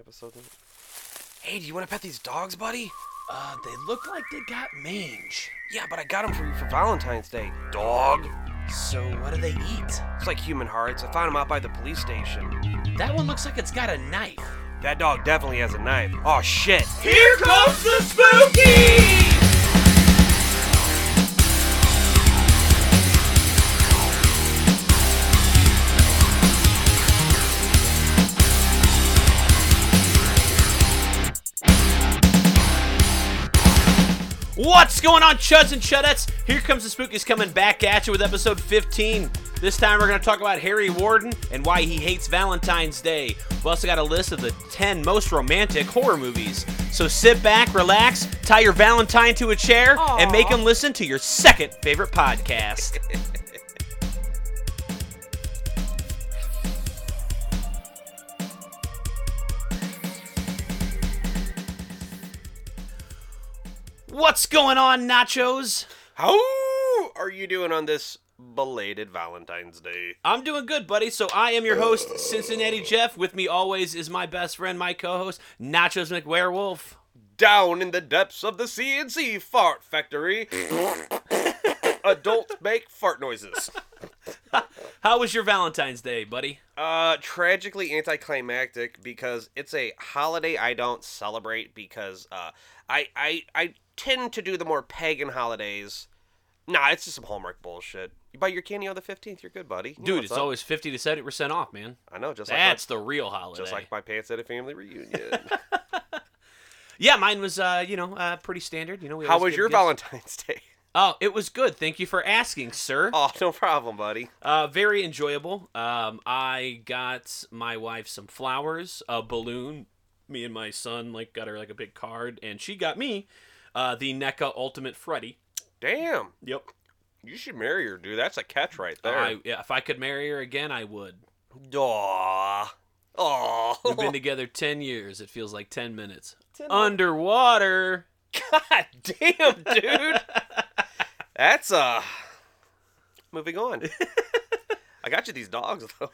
episode. Hey, do you want to pet these dogs, buddy? Uh, they look like they got mange. Yeah, but I got them for you for Valentine's Day, dog. So what do they eat? It's like human hearts. I found them out by the police station. That one looks like it's got a knife. That dog definitely has a knife. Oh shit. Here comes the spooky! What's going on, chuds and chudettes? Here comes the spookies coming back at you with episode 15. This time we're going to talk about Harry Warden and why he hates Valentine's Day. We've also got a list of the 10 most romantic horror movies. So sit back, relax, tie your Valentine to a chair, and make him listen to your second favorite podcast. What's going on, nachos? How are you doing on this belated Valentine's Day? I'm doing good, buddy. So I am your host, Cincinnati Jeff. With me always is my best friend, my co-host, Nachos McWerewolf. Down in the depths of the CNC fart factory, adults make fart noises. How was your Valentine's Day, buddy? Uh, tragically anticlimactic because it's a holiday I don't celebrate because uh, I I I tend to do the more pagan holidays. Nah, it's just some Hallmark bullshit. You buy your candy on the fifteenth, you're good, buddy. You know Dude, what's it's up. always 50 to 70% off, man. I know, just That's like the real my, holiday. just like my pants at a family reunion. yeah, mine was, uh, you know, uh, pretty standard. You know, we How was always give your gifts. Valentine's Day? Oh, it was good. Thank you for asking, sir. Oh, no problem, buddy. Uh, very enjoyable. Um, I got my wife some flowers, a balloon. Me and my son like got her like a big card, and she got me uh, the NECA Ultimate Freddy. Damn, Yep. you should marry her, dude. That's a catch right there. I, yeah, if I could marry her again, I would. Aww. We've been Aww. together ten years. It feels like ten minutes. 10 Underwater. God damn, dude. That's uh moving on. I got you these dogs though.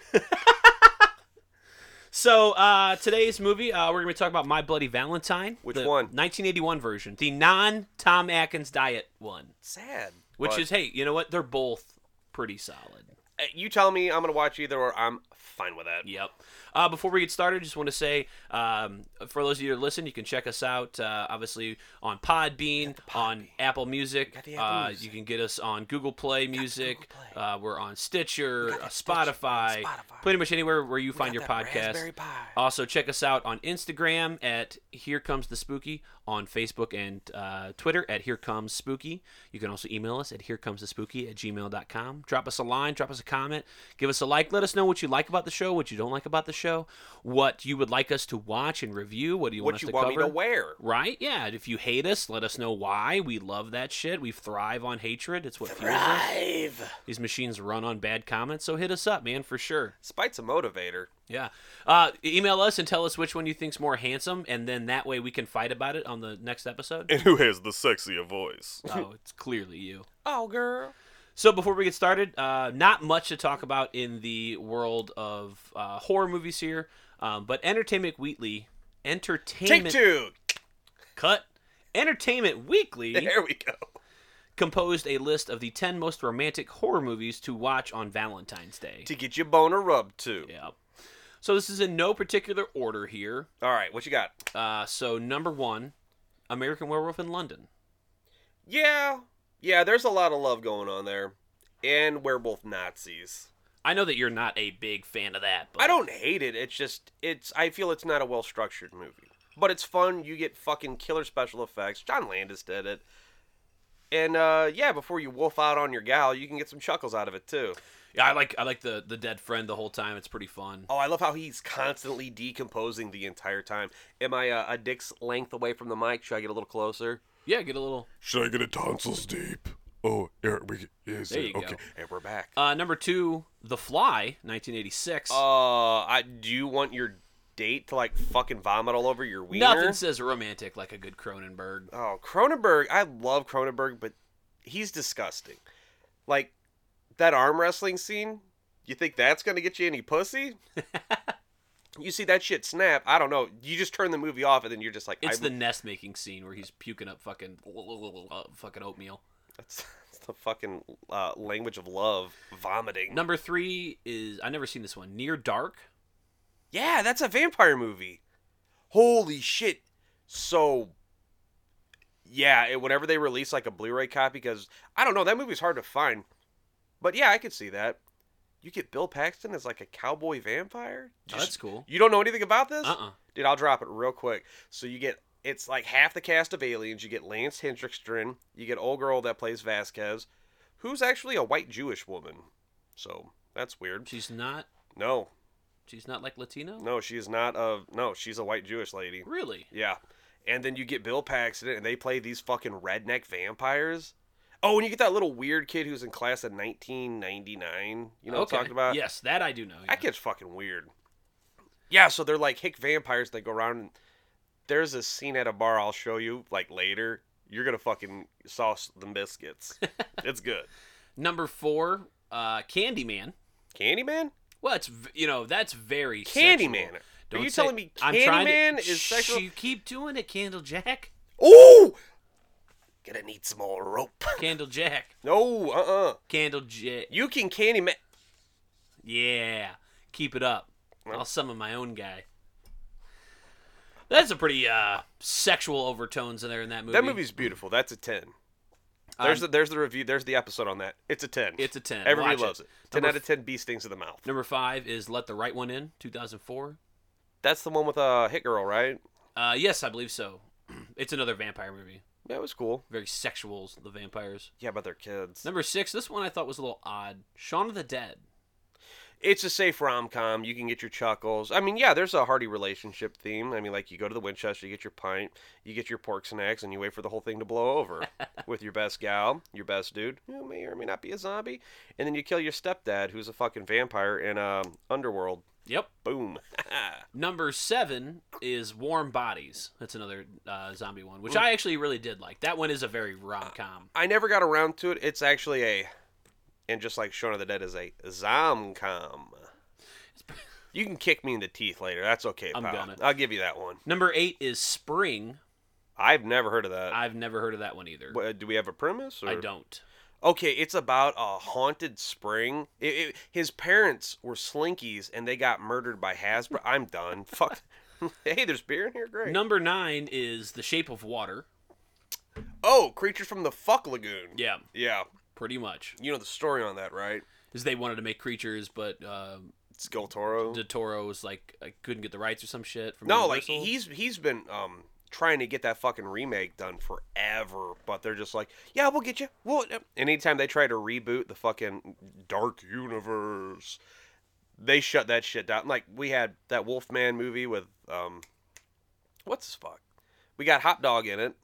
So uh, today's movie, uh, we're gonna be talking about My Bloody Valentine, Which the one? 1981 version, the non-Tom Atkins diet one. Sad. Which but- is, hey, you know what? They're both pretty solid. Uh, you tell me I'm gonna watch either or I'm fine with that. Yep. Uh, before we get started, just want to say um, for those of you that listen, you can check us out uh, obviously on Podbean, on Apple Music. got the Apple uh, Music. You can get us on Google Play Music. Google Play. Uh, we're on Stitcher, got uh, that Stitcher, Spotify, Spotify. pretty much anywhere where you find got your that podcast. Raspberry Pi. Also, check us out on Instagram at Here Comes the Spooky, on Facebook and uh, Twitter at Here Comes Spooky. You can also email us at Here Comes the Spooky at gmail.com. Drop us a line, drop us a comment, give us a like. Let us know what you like about the show, what you don't like about the show, what you would like us to watch and review. What do you What want us you to want cover? me to wear? Right? Yeah. If you hate us, let us know why. We love that shit. We thrive on hatred. It's what fuels us. Drive. These machines run on bad comments, so hit us up, man, for sure. Spite's a motivator. Yeah. Uh, email us and tell us which one you think's more handsome, and then that way we can fight about it on the next episode. and who has the sexier voice. oh, it's clearly you. Oh girl. So before we get started, uh, not much to talk about in the world of uh, horror movies here, um, but Entertainment Weekly, Take Entertainment two. Cut, Entertainment Weekly There we go. composed a list of the ten most romantic horror movies to watch on Valentine's Day. To get your boner rubbed too. yeah. So this is in no particular order here. All right, what you got? Uh, so number one, American Werewolf in London. Yeah, yeah. There's a lot of love going on there, and werewolf Nazis. I know that you're not a big fan of that, but I don't hate it. It's just it's. I feel it's not a well structured movie, but it's fun. You get fucking killer special effects. John Landis did it, and uh, yeah, before you wolf out on your gal, you can get some chuckles out of it too. Yeah, I like I like the the dead friend the whole time. It's pretty fun. Oh, I love how he's constantly decomposing the entire time. Am I uh, a dick's length away from the mic? Should I get a little closer? Yeah, get a little. Should I get a tonsils deep? Oh, Eric, we yes, There you okay. go. And we're back. Uh, number two, The Fly, 1986. Uh, I do you want your date to like fucking vomit all over your wiener? Nothing says romantic like a good Cronenberg. Oh, Cronenberg. I love Cronenberg, but he's disgusting. Like that arm wrestling scene. You think that's gonna get you any pussy? You see that shit snap. I don't know. You just turn the movie off, and then you're just like, It's I, the nest making scene where he's puking up fucking uh, fucking oatmeal. That's, that's the fucking uh, language of love, vomiting. Number three is I never seen this one. Near Dark. Oh, Yeah, that's a vampire movie. Holy shit. So yeah, it, whenever they release like a Blu-ray copy cuz I don't know, that movie's hard to find. But yeah, I could see that. You get Bill Paxton as like a cowboy vampire? Oh, that's cool. You don't know anything about this? Uh uh Dude, I'll drop it real quick. So you get it's like half the cast of Aliens. You get Lance Hendrickson, you get old girl that plays Vasquez, who's actually a white Jewish woman. So, that's weird. She's not. No, She's not like Latino. no, she is not a no. She's a white Jewish lady. Really? Yeah, and then you get Bill Paxton, and they play these fucking redneck vampires. Oh, and you get that little weird kid who's in class of 1999. You know what okay. I'm talking about? Yes, that I do know. Yeah. that kid's fucking weird. Yeah, so they're like hick vampires. They go around. And there's a scene at a bar. I'll show you like later. You're gonna fucking sauce the biscuits. it's good. Number four, uh, Candyman. Candyman. Well, it's v- you know that's very Candyman. sexual. Are Don't you say- telling me I'm trying to- Candyman is sexual? Shh, You keep doing it, Candle Jack. Ooh! Gonna need some more rope. Candle Jack. No, uh uh Candle Jack. You can candy ma- Yeah, keep it up. Well. I'll summon my own guy. That's a pretty uh, sexual overtones in there in that movie. That movie's beautiful. That's a 10. There's, the, there's the review. There's the episode on that. It's a 10. It's a 10. Everybody Watch loves it. 10 Number out of 10 bee stings in the mouth. Number five is Let the Right One In, 2004. That's the one with uh, Hit Girl, right? Uh, yes, I believe so. It's another vampire movie. That was cool. Very sexual, the vampires. Yeah, but they're kids. Number six, this one I thought was a little odd. Shaun of the Dead. It's a safe rom com. You can get your chuckles. I mean, yeah, there's a hearty relationship theme. I mean, like, you go to the Winchester, you get your pint, you get your pork snacks, and you wait for the whole thing to blow over with your best gal, your best dude, who may or may not be a zombie, and then you kill your stepdad, who's a fucking vampire in um, Underworld. Yep. Boom. Number seven is Warm Bodies. That's another uh, zombie one, which I actually really did like. That one is a very rom com. I never got around to it. It's actually a, and just like Shaun of the Dead is a zomcom. You can kick me in the teeth later. That's okay, I'm pal. gonna. I'll give you that one. Number eight is Spring. I've never heard of that. I've never heard of that one either. Wha- uh, Do we have a premise? Or? I don't. Okay, it's about a haunted spring. It, it, his parents were slinkies and they got murdered by Hasbro. I'm done. Fuck. hey, there's beer in here. Great. Number nine is The Shape of Water. Oh, creature from the fuck lagoon. Yeah, Yeah. pretty much. You know the story on that, right? Because they wanted to make creatures, but um, It's Del Toro. De Toro was like, I couldn't get the rights or some shit. From Oh. No, like Universal. he's he's been um trying to get that fucking remake done forever, but they're just like, yeah, we'll get you. We'll uh," anytime they try to reboot the fucking Dark Universe, they shut that shit down. Like we had that Wolfman movie with um, what's his fuck? We got Hop Dog in it,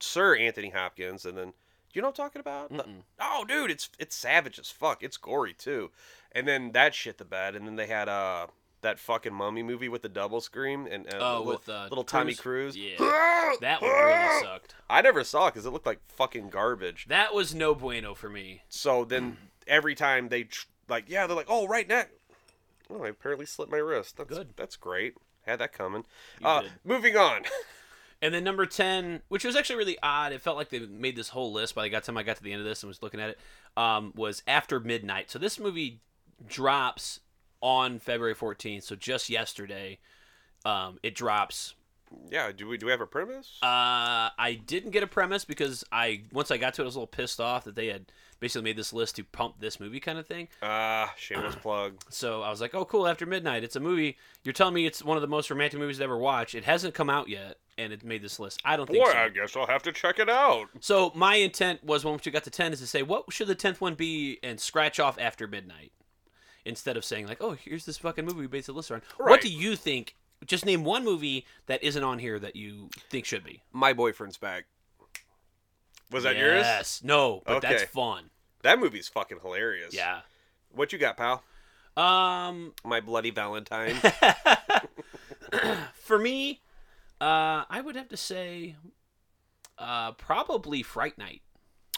Sir Anthony Hopkins, and then. You know what I'm talking about? The- Mm-mm. oh, dude, it's it's savage as fuck. It's gory too, and then that shit the bed, and then they had uh that fucking mummy movie with the double scream and uh, Oh, little, with, uh, little Tommy Cruise? Cruise. Yeah. that one really sucked. I never saw because it looked like fucking garbage. That was no bueno for me. So then every time they tr- like, yeah, they're like, oh, right now. Oh, I apparently slit my wrist. That's Good. That's great. Had that coming. Uh, did. moving on. And then number 10, which was actually really odd, it felt like they made this whole list by the time I got to the end of this and was looking at it, um, was After Midnight. So this movie drops on February 14th, so just yesterday um, it drops. yeah. Do we do we have a premise? Uh, I didn't get a premise because I once I got to it, I was a little pissed off that they had basically made this list to pump this movie kind of thing. Ah, shameless plug. So I was like, oh, cool, After Midnight. It's a movie. You're telling me it's one of the most romantic movies I've ever watched. It hasn't come out yet, and it made this list. I don't think Boy, so. I guess I'll have to check it out. So my intent was when you got to ten is to say what should the tenth one be and scratch off after midnight, instead of saying like oh here's this fucking movie we based the list on. What Right. do you think? Just name one movie that isn't on here that you think should be. My boyfriend's back. Was that yours? yes. No, but that's Okay. fun. That movie's fucking hilarious. Yeah. What you got, pal? Um, My bloody Valentine. for me, uh, I would have to say, uh, probably Fright Night.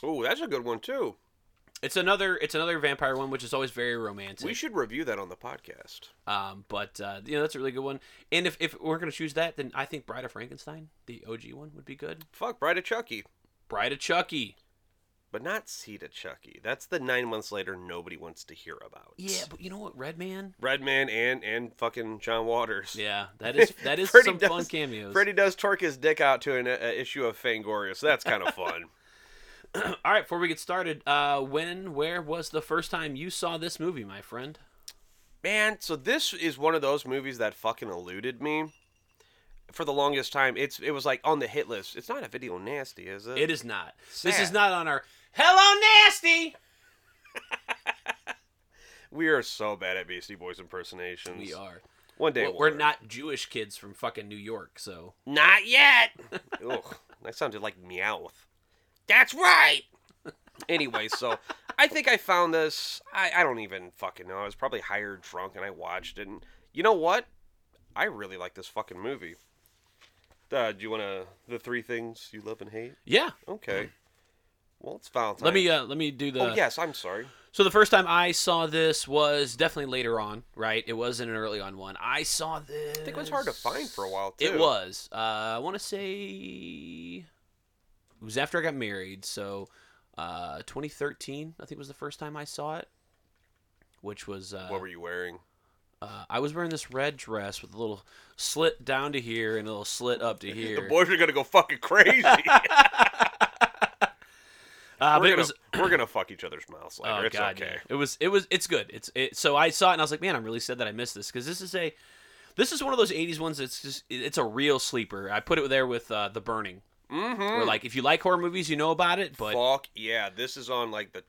Ooh, that's a good one too. It's another it's another vampire one, which is always very romantic. We should review that on the podcast. Um, but uh, you know that's a really good one. And if, if we're gonna choose that, then I think Bride of Frankenstein, the OG one, would be good. Fuck Bride of Chucky, Bride of Chucky. but not Seed of Chucky. That's the nine months later nobody wants to hear about. Yeah, but you know what, Red Man. Redman and and fucking John Waters. Yeah, that is that is Freddy some does- fun cameos. Freddy does torque his dick out to an uh, issue of Fangoria, so that's kind of fun. All right, before we get started, uh, when, where was the first time you saw this movie, my friend? Man, so this is one of those movies that fucking eluded me for the longest time. It's it was like on the hit list. It's not a video nasty, is it? It is not. This is Sad. not on our Hello Nasty. We are so bad at Beastie Boys impersonations. We are. One day We're, we'll we're learn. not Jewish kids from fucking New York, so Not yet. Ugh, that sounded like meowth. That's right. Anyway, so I think I found this. I, I don't even fucking know. I was probably higher drunk and I watched it. And you know what? I really like this fucking movie. Uh, do you want to the three things you love and hate? yeah. Okay. Well, it's Valentine's. Mm. Let me uh, let me do the. oh yes, I'm sorry. So the first time I saw this was definitely later on, right? It wasn't an early on one. I saw this. I think it was hard to find for a while too. It was. Uh, I want to say it was after I got married, so uh, 2013. I think was the first time I saw it, which was uh, What were you wearing? uh, I was wearing this red dress with a little slit down to here and a little slit up to here. The boys are gonna go fucking crazy. uh, we're, but gonna, it was we're gonna fuck each other's mouths later. Oh it's god, okay. yeah. it was it was it's good. It's it, so I saw it and I was like, man, I'm really sad that I missed this because this is a this is one of those '80s ones that's just it- it's a real sleeper. I put it there with uh, The Burning. Mm-hmm. Where like if you like horror movies, you know about it, but Fuck yeah, this is on like the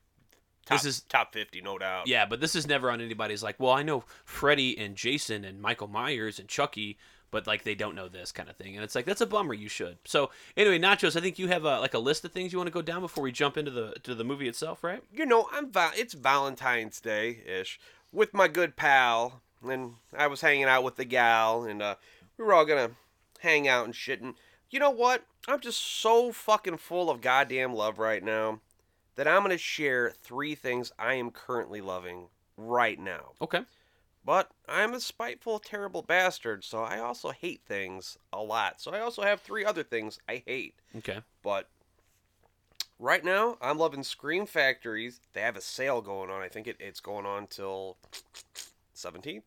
top, This is- top fifty, no doubt. yeah, but this is never on anybody's like, well, I know Freddy and Jason and Michael Myers and Chucky, but like they don't know this kind of thing, and it's like that's a bummer. You should. So anyway, Nachos, I think you have a, like a list of things you want to go down before we jump into the to the movie itself, right? you know, I'm val- it's Valentine's Day ish with my good pal, and I was hanging out with the gal, and uh, we were all gonna hang out and shit. And you know what? I'm just so fucking full of goddamn love right now that I'm gonna share three things I am currently loving right now. Okay. But I'm a spiteful, terrible bastard, so I also hate things a lot. So I also have three other things I hate. Okay. But right now, I'm loving Scream Factories. They have a sale going on. I think it, it's going on till 17th.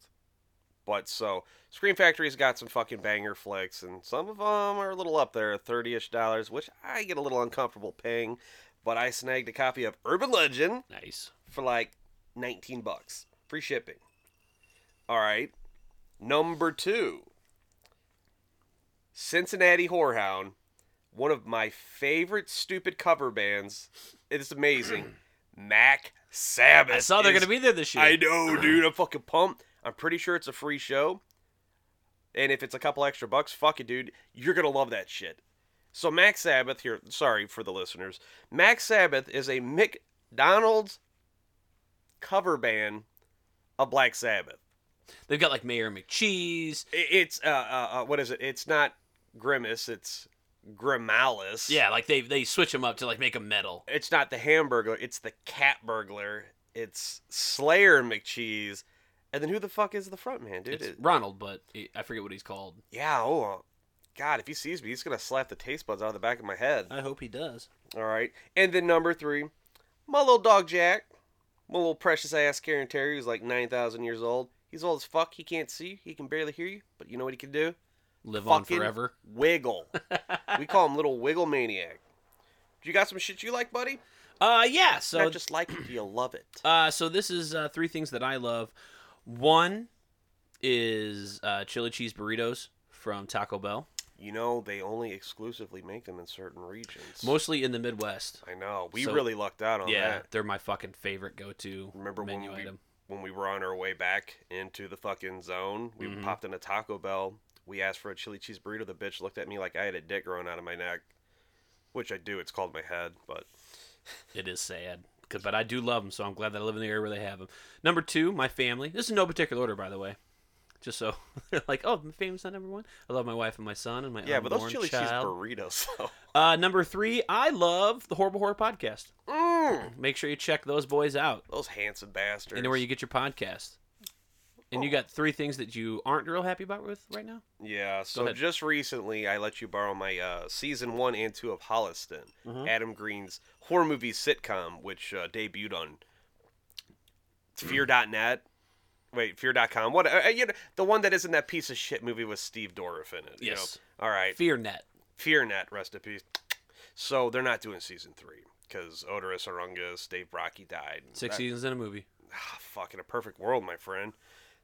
But so, Scream Factory's got some fucking banger flicks, and some of them are a little up there, 30 ish dollars, which I get a little uncomfortable paying. But I snagged a copy of Urban Legend Nice. for like 19 bucks. Free shipping. All right. Number two Cincinnati Whorehound, one of my favorite stupid cover bands. It's amazing. Mac Sabbath. I saw they're is- gonna be there this year. I know, dude. I'm fucking pumped. I'm pretty sure it's a free show. And if it's a couple extra bucks, fuck it, dude. You're going to love that shit. So, Max Sabbath here, sorry for the listeners. Max Sabbath is a McDonald's cover band of Black Sabbath. They've got like Mayor McCheese. I- It's, uh, uh, uh, what is it? It's not Grimace, it's Grimalis. Yeah, like they they switch them up to like make them metal. It's not the hamburger, it's the cat burglar. It's Slayer McCheese. And then who the fuck is the front man, dude? It's It- Ronald, but he- I forget what he's called. Yeah, oh, uh, God, if he sees me, he's going to slap the taste buds out of the back of my head. I hope he does. All right. And then number three, my little dog Jack, my little precious ass Karen Terry, who's like 9,000 years old. He's old as fuck. He can't see. He can barely hear you. But you know what he can do? Live on Fucking forever. Wiggle. we call him Little Wiggle Maniac. You got some shit you like, buddy? Uh, yeah. So Not just like it, do you love it? uh, so this is uh, three things that I love. One is uh, chili cheese burritos from Taco Bell, You know, they only exclusively make them in certain regions. mostly in the Midwest. I know. We So- really lucked out on yeah, that. they're my fucking favorite go-to Remember when menu we- item. when we were on our way back into the fucking zone, we Mhm. popped in a Taco Bell. We asked for a chili cheese burrito. The bitch looked at me like I had a dick growing out of my neck, which I do. It's called my head, but It is sad. 'Cause- But I do love them, so I'm glad that I live in the area where they have them. Number two, my family. This is no particular order, by the way. Just so they're like, oh, I'm famous on number one. I love my wife and my son and my Yeah, but those unborn chili cheese child. burritos, though. Uh, number three, I love the Horrible Horror Podcast. Mm, Make sure you check those boys out those handsome bastards. anywhere you get your podcast. And you got three things that you aren't real happy about with right now. Yeah, so ahead. just recently I let you borrow my uh, season one and two of Holliston, Mm-hmm. Adam Green's horror movie sitcom, which uh, debuted on Fear.net. Wait, Fear.com. What? Uh, uh, you know, the one that isn't that piece of shit movie with Steve Dorff in it. you know? Yes. All right. Fear Net. FearNet, rest in peace. So they're not doing season three because Odorous Arungus, Dave Brocky died. Six e- That- seasons in a movie. ah, fuck, in a perfect world, my friend.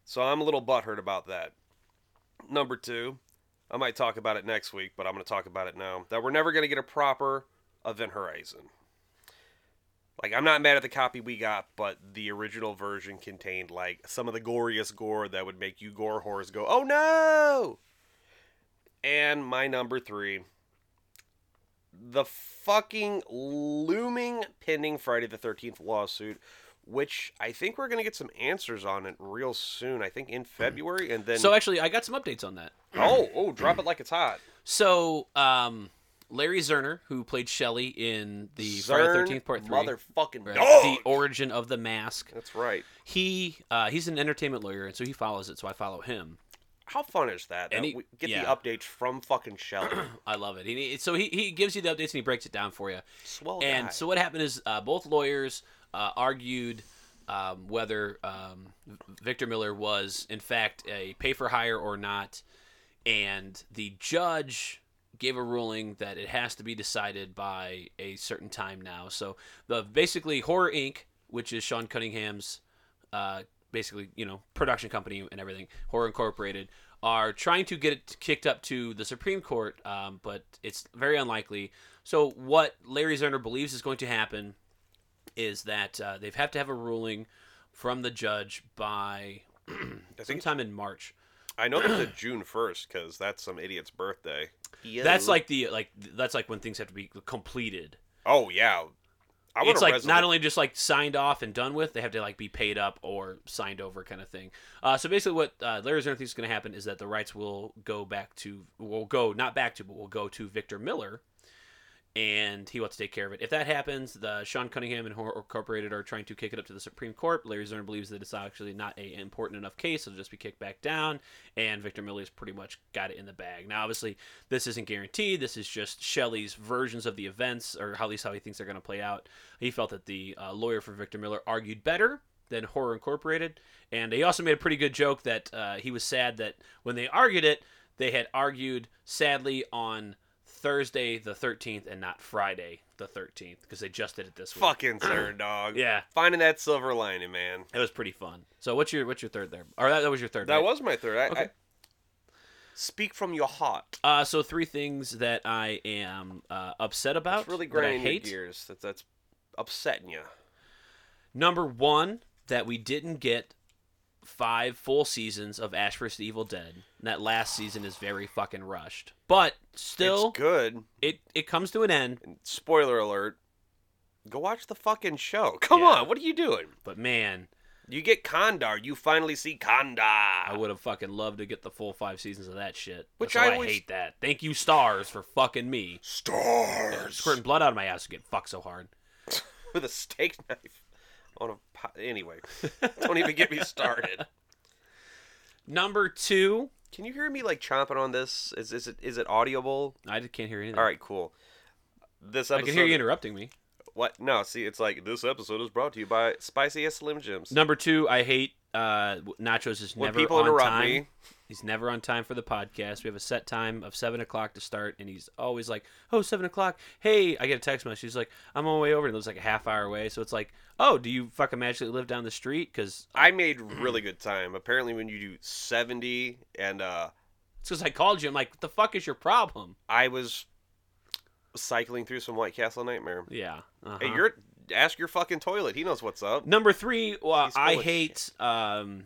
So I'm a little butthurt about that. Number two, I might talk about it next week, but I'm going to talk about it now. That we're never going to get a proper Event Horizon. Like, I'm not mad at the copy we got, but the original version contained, like, some of the goriest gore that would make you gore whores go, oh no! And my number three, the fucking looming pending Friday the 13th lawsuit, which I think we're going to get some answers on it real soon. I think in February. And then, So actually, I got some updates on that. oh, oh, drop it like it's hot. So um, Larry Zerner, who played Shelley in the Friday Zern Thirteenth Part Three, Motherfucking right, dog. the origin of the mask. That's right. He uh, he's an entertainment lawyer, and so he follows it. So I follow him. How fun is that? that And he- we get the yeah. updates from fucking Shelley. I love it. He, so he, he gives you the updates and he breaks it down for you. Swell and guy. so what happened is uh, both lawyers uh, argued um, whether um, V- Victor Miller was in fact a pay for hire or not, and the judge gave a ruling that it has to be decided by a certain time now. So the basically Horror Inc., which is Sean Cunningham's uh, basically you know production company and everything, Horror Incorporated, are trying to get it kicked up to the Supreme Court, um, but it's very unlikely. So what Larry Zerner believes is going to happen is that uh, they have to have a ruling from the judge by I, think, sometime in March. I know it's a June 1st because that's some idiot's birthday. That's like the like that's like when things have to be completed. Oh, yeah. I want it's a like not resolu- only just like signed off and done with they have to like be paid up or signed over kind of thing uh, so basically what uh, larry zerner thinks is going to happen is that the rights will go back to will go not back to but will go to victor miller and he wants to take care of it if that happens the sean cunningham and horror incorporated are trying to kick it up to the supreme court larry zerner believes that it's actually not a important enough case it'll just be kicked back down and victor miller's pretty much got it in the bag now obviously this isn't guaranteed this is just shelley's versions of the events or how- at least how he thinks they're going to play out he felt that the uh, lawyer for Victor Miller argued better than Horror Incorporated, and he also made a pretty good joke that uh, he was sad that when they argued it, they had argued sadly on Thursday the 13th and not Friday the 13th because they just did it this week. Fucking sir, dog. Yeah. Finding that silver lining, man. It was pretty fun. So what's your what's your third there? Or that, that was your third. That right? was my third. I, Okay. I- Speak from your heart. Uh, so three things that I am uh, upset about. It's really that I grinding your hate. gears. That's, that's upsetting you. Number one, that we didn't get five full seasons of Ash vs. the Evil Dead. And that last season is very fucking rushed. But still, it's good. it, it comes to an end. Spoiler alert. Go watch the fucking show. Come Yeah. on. What are you doing? But man, You get Kondar. You finally see Kondar. I would have fucking loved to get the full five seasons of that shit. Which That's why I always- hate that. Thank you, stars, for fucking me. Stars. Squirting blood out of my ass to get fucked so hard. with a steak knife on a pot. Anyway, don't even get me started. Number two, Can you hear me like chomping on this? Is is it is it audible? I just can't hear anything. All right, cool. This I episode. can hear you interrupting me. What? No, see, it's like this episode is brought to you by Spicy as Slim Jims. Number two, I hate uh, Nachos is When never people on interrupt time. me. He's never on time for the podcast. We have a set time of seven o'clock to start, and he's always like, "Oh, seven o'clock. Hey, I get a text message. He's like, I'm on my way over, and it was like a half hour away. So it's like, oh, do you fucking magically live down the street? Because I made really good time. Apparently, when you do seventy, and uh, it's because I called you. I'm like, what the fuck is your problem? I was cycling through some White Castle Nightmare. Yeah. Uh-huh. Hey, you're ask your fucking toilet. He knows what's up. Number three, well, He's full I of hate. Um,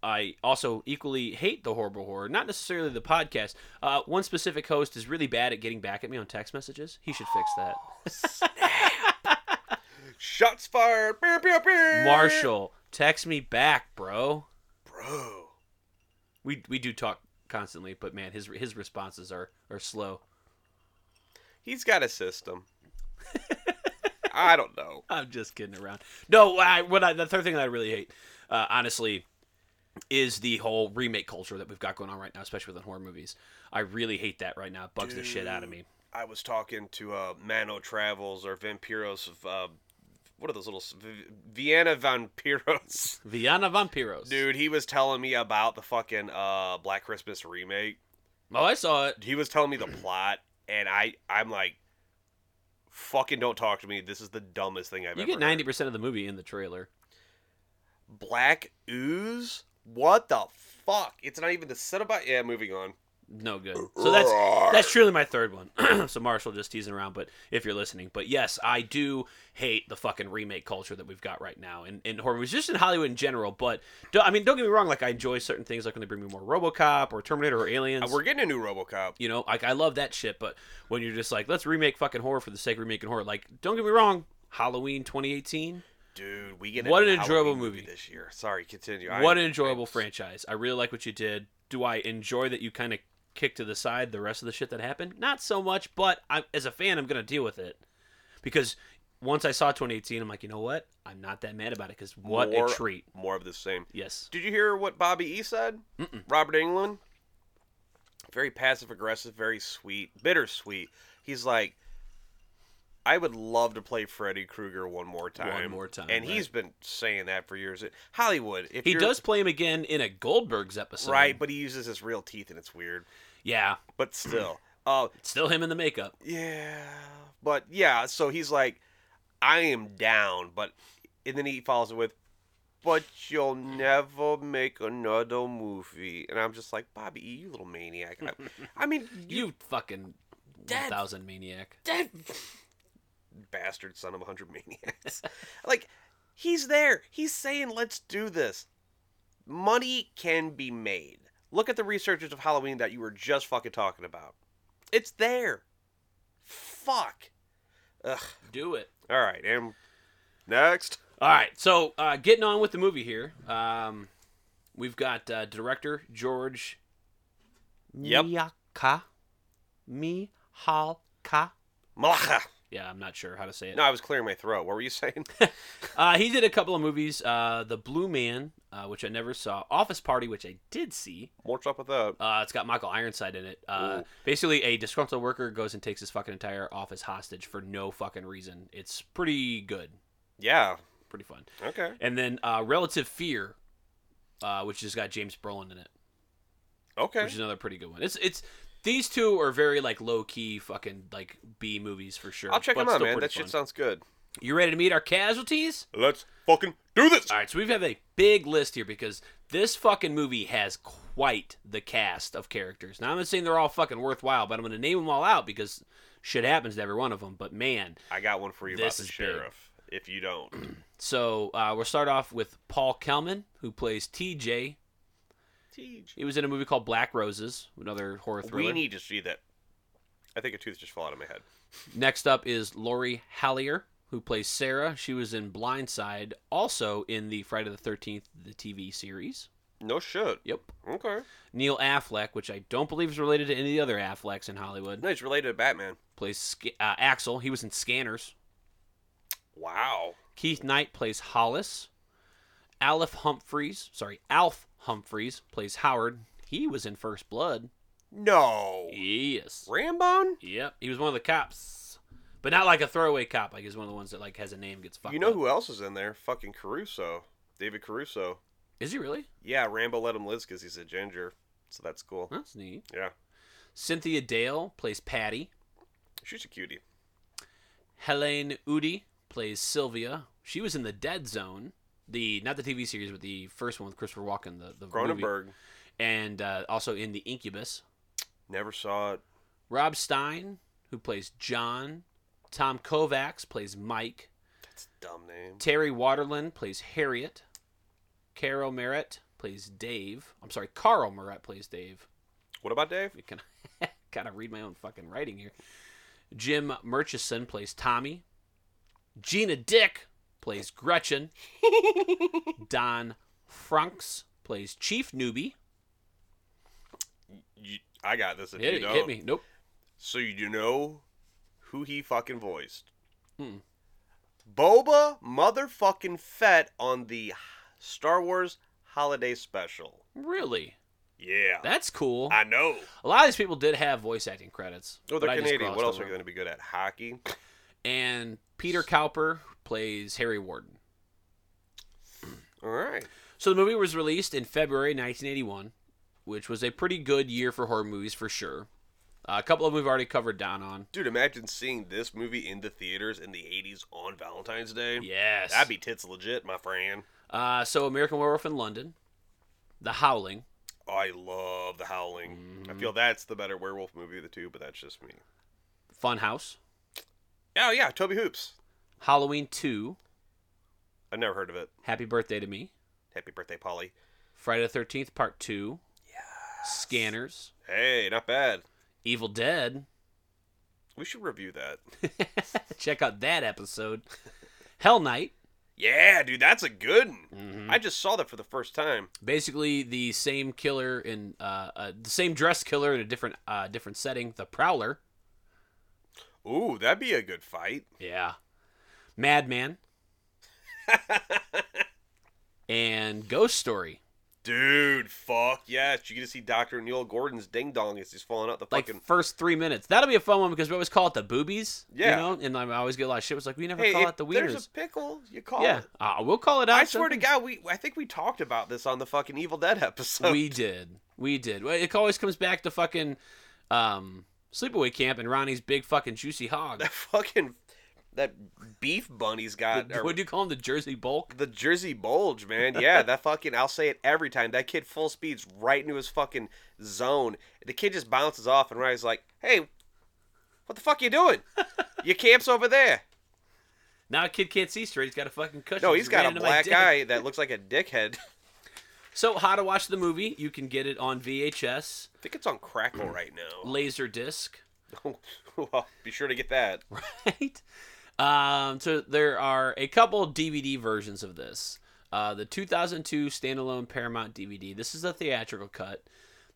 I also equally hate the horrible horror. Not necessarily the podcast. Uh, one specific host is really bad at getting back at me on text messages. He should fix that. Shots fired. Beep, beep, beep. Marshall, text me back, bro. Bro. we we do talk constantly, but man, his his responses are are slow. He's got a system. I don't know. I'm just kidding around. No, I, what I, the third thing that I really hate, uh, honestly, is the whole remake culture that we've got going on right now, especially within horror movies. I really hate that right now. It bugs the shit out of me. I was talking to uh, Mano Travels or Vampiros of uh, what are those little s- v- Vienna Vampiros? Viana Vampiros. Dude, he was telling me about the fucking uh, Black Christmas remake. Oh, I saw it. He was telling me the plot, and I I'm like, fucking don't talk to me. This is the dumbest thing I've You ever. get 90% of the movie in the trailer. heard. Black ooze. What the fuck? It's not even the cinema. Yeah, moving on. No good. So that's that's truly my third one. so Marshall just teasing around, but if you're listening, but yes, I do hate the fucking remake culture that we've got right now in, in horror movies, just in Hollywood in general. But do, I mean, don't get me wrong. Like I enjoy certain things, like when they bring me more RoboCop or Terminator or Aliens. Uh, We're getting a new RoboCop. You know, like I love that shit, but when you're just like, let's remake fucking horror for the sake of remaking horror, like, don't get me wrong, Halloween 2018, Dude, we get What a an enjoyable Halloween movie. this year. Sorry, continue. I- what an enjoyable franchise. I really like what you did. Do I enjoy that you kind of kick to the side the rest of the shit that happened? Not so much, but I, as a fan, I'm gonna deal with it because once I saw 2018, I'm like, you know what? I'm not that mad about it because what more- a treat. More of the same. Yes. Did you hear what Bobby E said? Robert England, very passive aggressive, very sweet, bittersweet. He's like, I would love to play Freddy Krueger one more time. more time, And right. he's been saying that for years. Hollywood, if He you're- does play him again in a Goldberg's episode. right, but he uses his real teeth and it's weird. Yeah. But still, uh, Still him in the makeup. yeah, but yeah. So he's like, I am down, but and then he follows it with, but you'll never make another movie. And I'm just like, Bobby, E, you little maniac. I, I mean, you You fucking Dad- 1000 maniac. bastard son of a hundred maniacs. like, he's there. He's saying, let's do this. Money can be made. Look at the researchers of Halloween that you were just fucking talking about. It's there. Fuck. Ugh. Do it. All right, and next. All right. So, uh, getting on with the movie here, um, we've got uh, director George Yep. Miyaka. Mihalka. Malacha. Yeah, I'm not sure how to say it. No, I was clearing my throat. What were you saying? Uh, he did a couple of movies uh, The Blue Man, uh, which I never saw, Office Party, which I did see. What's up with that? Uh, it's got Michael Ironside in it. Uh, Ooh. basically, a disgruntled worker goes and takes his fucking entire office hostage for no fucking reason. It's pretty good, Yeah. pretty fun. Okay. And then uh, Relative Fear, uh, which has got James Brolin in it, Okay. which is another pretty good one. It's it's these two are very like low key fucking like B movies for sure. I'll check but them out, still man. pretty That shit fun. sounds good. You ready to meet our casualties? Let's fucking do this. All right, so we have a big list here because this fucking movie has quite the cast of characters. Now I'm not saying they're all fucking worthwhile, but I'm gonna name them all out because shit happens to every one of them. But man, I got one for you This about is the big. sheriff. If you don't, so uh, we'll start off with Paul Kelman who plays TJ. He was in a movie called Black Roses, another horror thriller. we need to see that. I think a tooth just fell out of my head. Next up is Lori Hallier, who plays Sarah. She was in Blindside, also in the Friday the 13th, the TV series. No shit. Yep. Okay. Neil Affleck, which I don't believe is related to any of the other Afflecks in Hollywood, No, he's related to Batman. plays Sc- uh, Axel. He was in Scanners. Wow. Keith Knight plays Hollis. Alf Humphreys, sorry, Alf Humphreys plays Howard. He was in First Blood. No. Yes. Rambone. Yep. He was one of the cops. But not like a throwaway cop. Like he's one of the ones that like has a name gets fucked You know up. who else is in there? Fucking Caruso. David Caruso. Is he really? Yeah, Rambo let him live because he's a ginger, so that's cool. That's neat. Yeah, Cynthia Dale plays Patty. she's a cutie. Helene Udi plays Sylvia. She was in the Dead Zone, the not the TV series, but the first one with Christopher Walken, the the movie. Cronenberg and uh, also in the Incubus. never saw it. Rob Stein, who plays John. Tom Kovacs plays Mike. That's a dumb name. Terry Waterland plays Harriet. Carol Merritt plays Dave. I'm sorry, Carl Merritt plays Dave. What about Dave? I can kind of read my own fucking writing here. Jim Murchison plays Tommy. Gina Dick plays Gretchen. Don Franks plays Chief Newbie. I got this if Hit you it. don't. Hit me. Nope. So you know who he fucking voiced? Hmm. Boba motherfucking Fett on the Star Wars Holiday Special. Really? Yeah, That's cool. Uh, I know. A lot of these people did have voice acting credits. Oh, but I they're just Canadian. glossed What else over are they going to be good at? Hockey. them. And Peter Cowper plays Harry Warden. All right. So the movie was released in February 1981, which was a pretty good year for horror movies for sure. Uh, a couple of them we've already covered down on. Dude, imagine seeing this movie in the theaters in the 80s on Valentine's Day. Yes. That'd be tits legit, my friend. Uh, so American Werewolf in London, The Howling, I love The Howling. I Mm-hmm. feel that's the better werewolf movie of the two, but that's just me. Funhouse, Oh, yeah, Toby Hoops. Halloween 2, I've never heard of it. Happy Birthday to Me, Happy birthday, Polly. Friday the 13th Part 2, Scanners, Hey, not bad. Evil Dead. We should review that. Check out that episode. Hell Night, Yeah, dude, that's a good one. Mm-hmm. I just saw that for the first time. basically the same killer in uh, uh, the same dress killer in a different uh, different setting. The Prowler. Ooh, that'd be a good fight. Yeah. Madman. and Ghost Story. Dude, fuck yes. You get to see Dr. Neil Gordon's ding dong as he's falling out the Like fucking. first three minutes. That'll be a fun one because we always call it the boobies. Yeah. You know, and I always get a lot of shit. It's like we never Hey, call if it the there's wieners. a pickle, you call yeah. it. Uh, we'll call it out. I swear to sometime. God, we I think we talked about this on the fucking Evil Dead episode. We did. We did. Well, It always comes back to fucking um, sleepaway camp and Ronnie's big fucking juicy hog. that fucking that beef bunny's got or what do you call him? The Jersey Bulk? the Jersey bulge, man. Yeah, that fucking I'll say it every time. That kid full speeds right into his fucking zone. The kid just bounces off and Ronnie's like, "Hey, what the fuck you doing? Your camp's over there." Now a kid can't see straight. He's got a fucking cushion. No, It he's just got ran a into my black dick. eye that looks like a dickhead. I So, how to watch the movie? You can get it on VHS, think it's on Crackle right now. Laserdisc, well, be sure to get that. right? Um, so there are a couple DVD versions of this. Uh, the 2002 standalone Paramount DVD. This is a theatrical cut.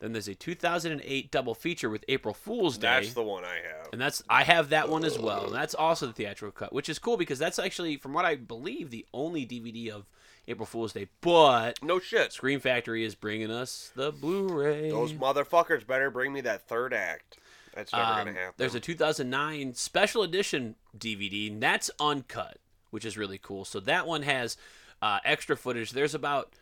Then there's a 2008 double feature with April Fool's Day. That's the one I have. and that's I have that one as well. And that's also the theatrical cut, which is cool because that's actually, from what I believe, the only DVD of April Fool's Day. But No shit. Screen Factory is bringing us the Blu-ray. Those motherfuckers better bring me that third act. That's never Um, gonna happen. There's a 2009 special edition DVD, and that's uncut, which is really cool. So that one has uh, extra footage. There's about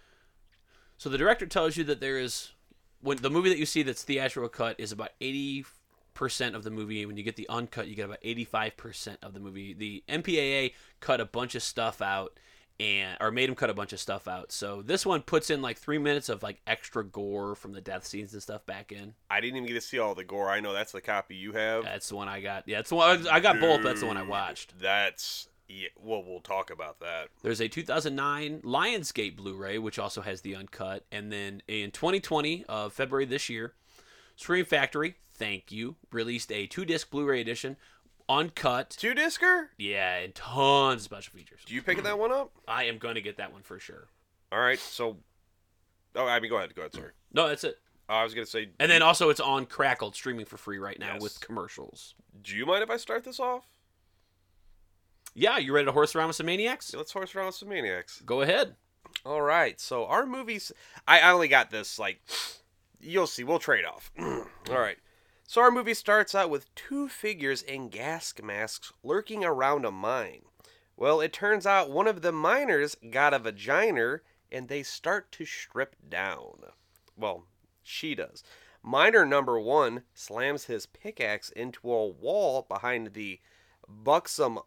so the director tells you that there is when the movie that you see that's theatrical cut is about 80 percent of the movie. When you get the uncut, you get about 85 percent of the movie. The MPAA cut a bunch of stuff out. And, or made him cut a bunch of stuff out. So this one puts in like three minutes of like extra gore from the death scenes and stuff back in. I didn't even get to see all the gore. I know that's the copy you have. That's the one I got. Yeah, it's the one I got both. That's the one I watched. That's yeah, well, we'll talk about that. There's a 2009 Lionsgate Blu-ray, which also has the uncut, and then in 2020 of February this year, Screen Factory, thank you, released a two-disc Blu-ray edition, uncut. Two discer? Yeah, and tons of special features. Do you pick that one up? I am gonna get that one for sure. All right, so oh, I mean, go ahead, go ahead. Sorry, No, that's it. uh, I was gonna say. And then also, it's on Crackle, streaming for free right now Yes. with commercials. do you mind if I start this off? Yeah, you ready to horse around with some maniacs? Yeah, let's horse around with some maniacs. Go ahead. All right, so our movies. I, I only got this like, you'll see. We'll trade off. All right. So our movie starts out with two figures in gas masks lurking around a mine. Well, it turns out one of the miners got a vagina, and they start to strip down. Well, she does. Miner number one slams his pickaxe into a wall behind the buxom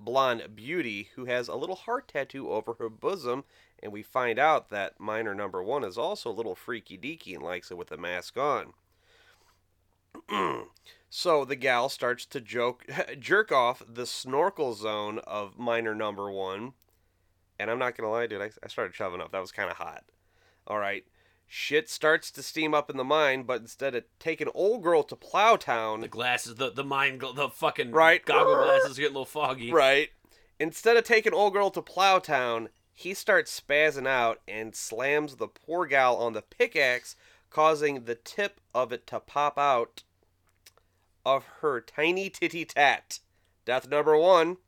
blonde beauty who has a little heart tattoo over her bosom, and we find out that miner number one is also a little freaky deaky and likes it with the mask on. So the gal starts to joke, jerk off the snorkel zone of minor number one. And I'm not going to lie, dude, I, I started shoving up. That was kind of hot. All right. Shit starts to steam up in the mine, but instead of taking old girl to Plowtown, The glasses, the the mind, gl- the fucking Right. goggle glasses get a little foggy. Right. Instead of taking old girl to Plowtown, he starts spazzing out and slams the poor gal on the pickaxe, causing the tip of it to pop out of her tiny titty tat. Death number one.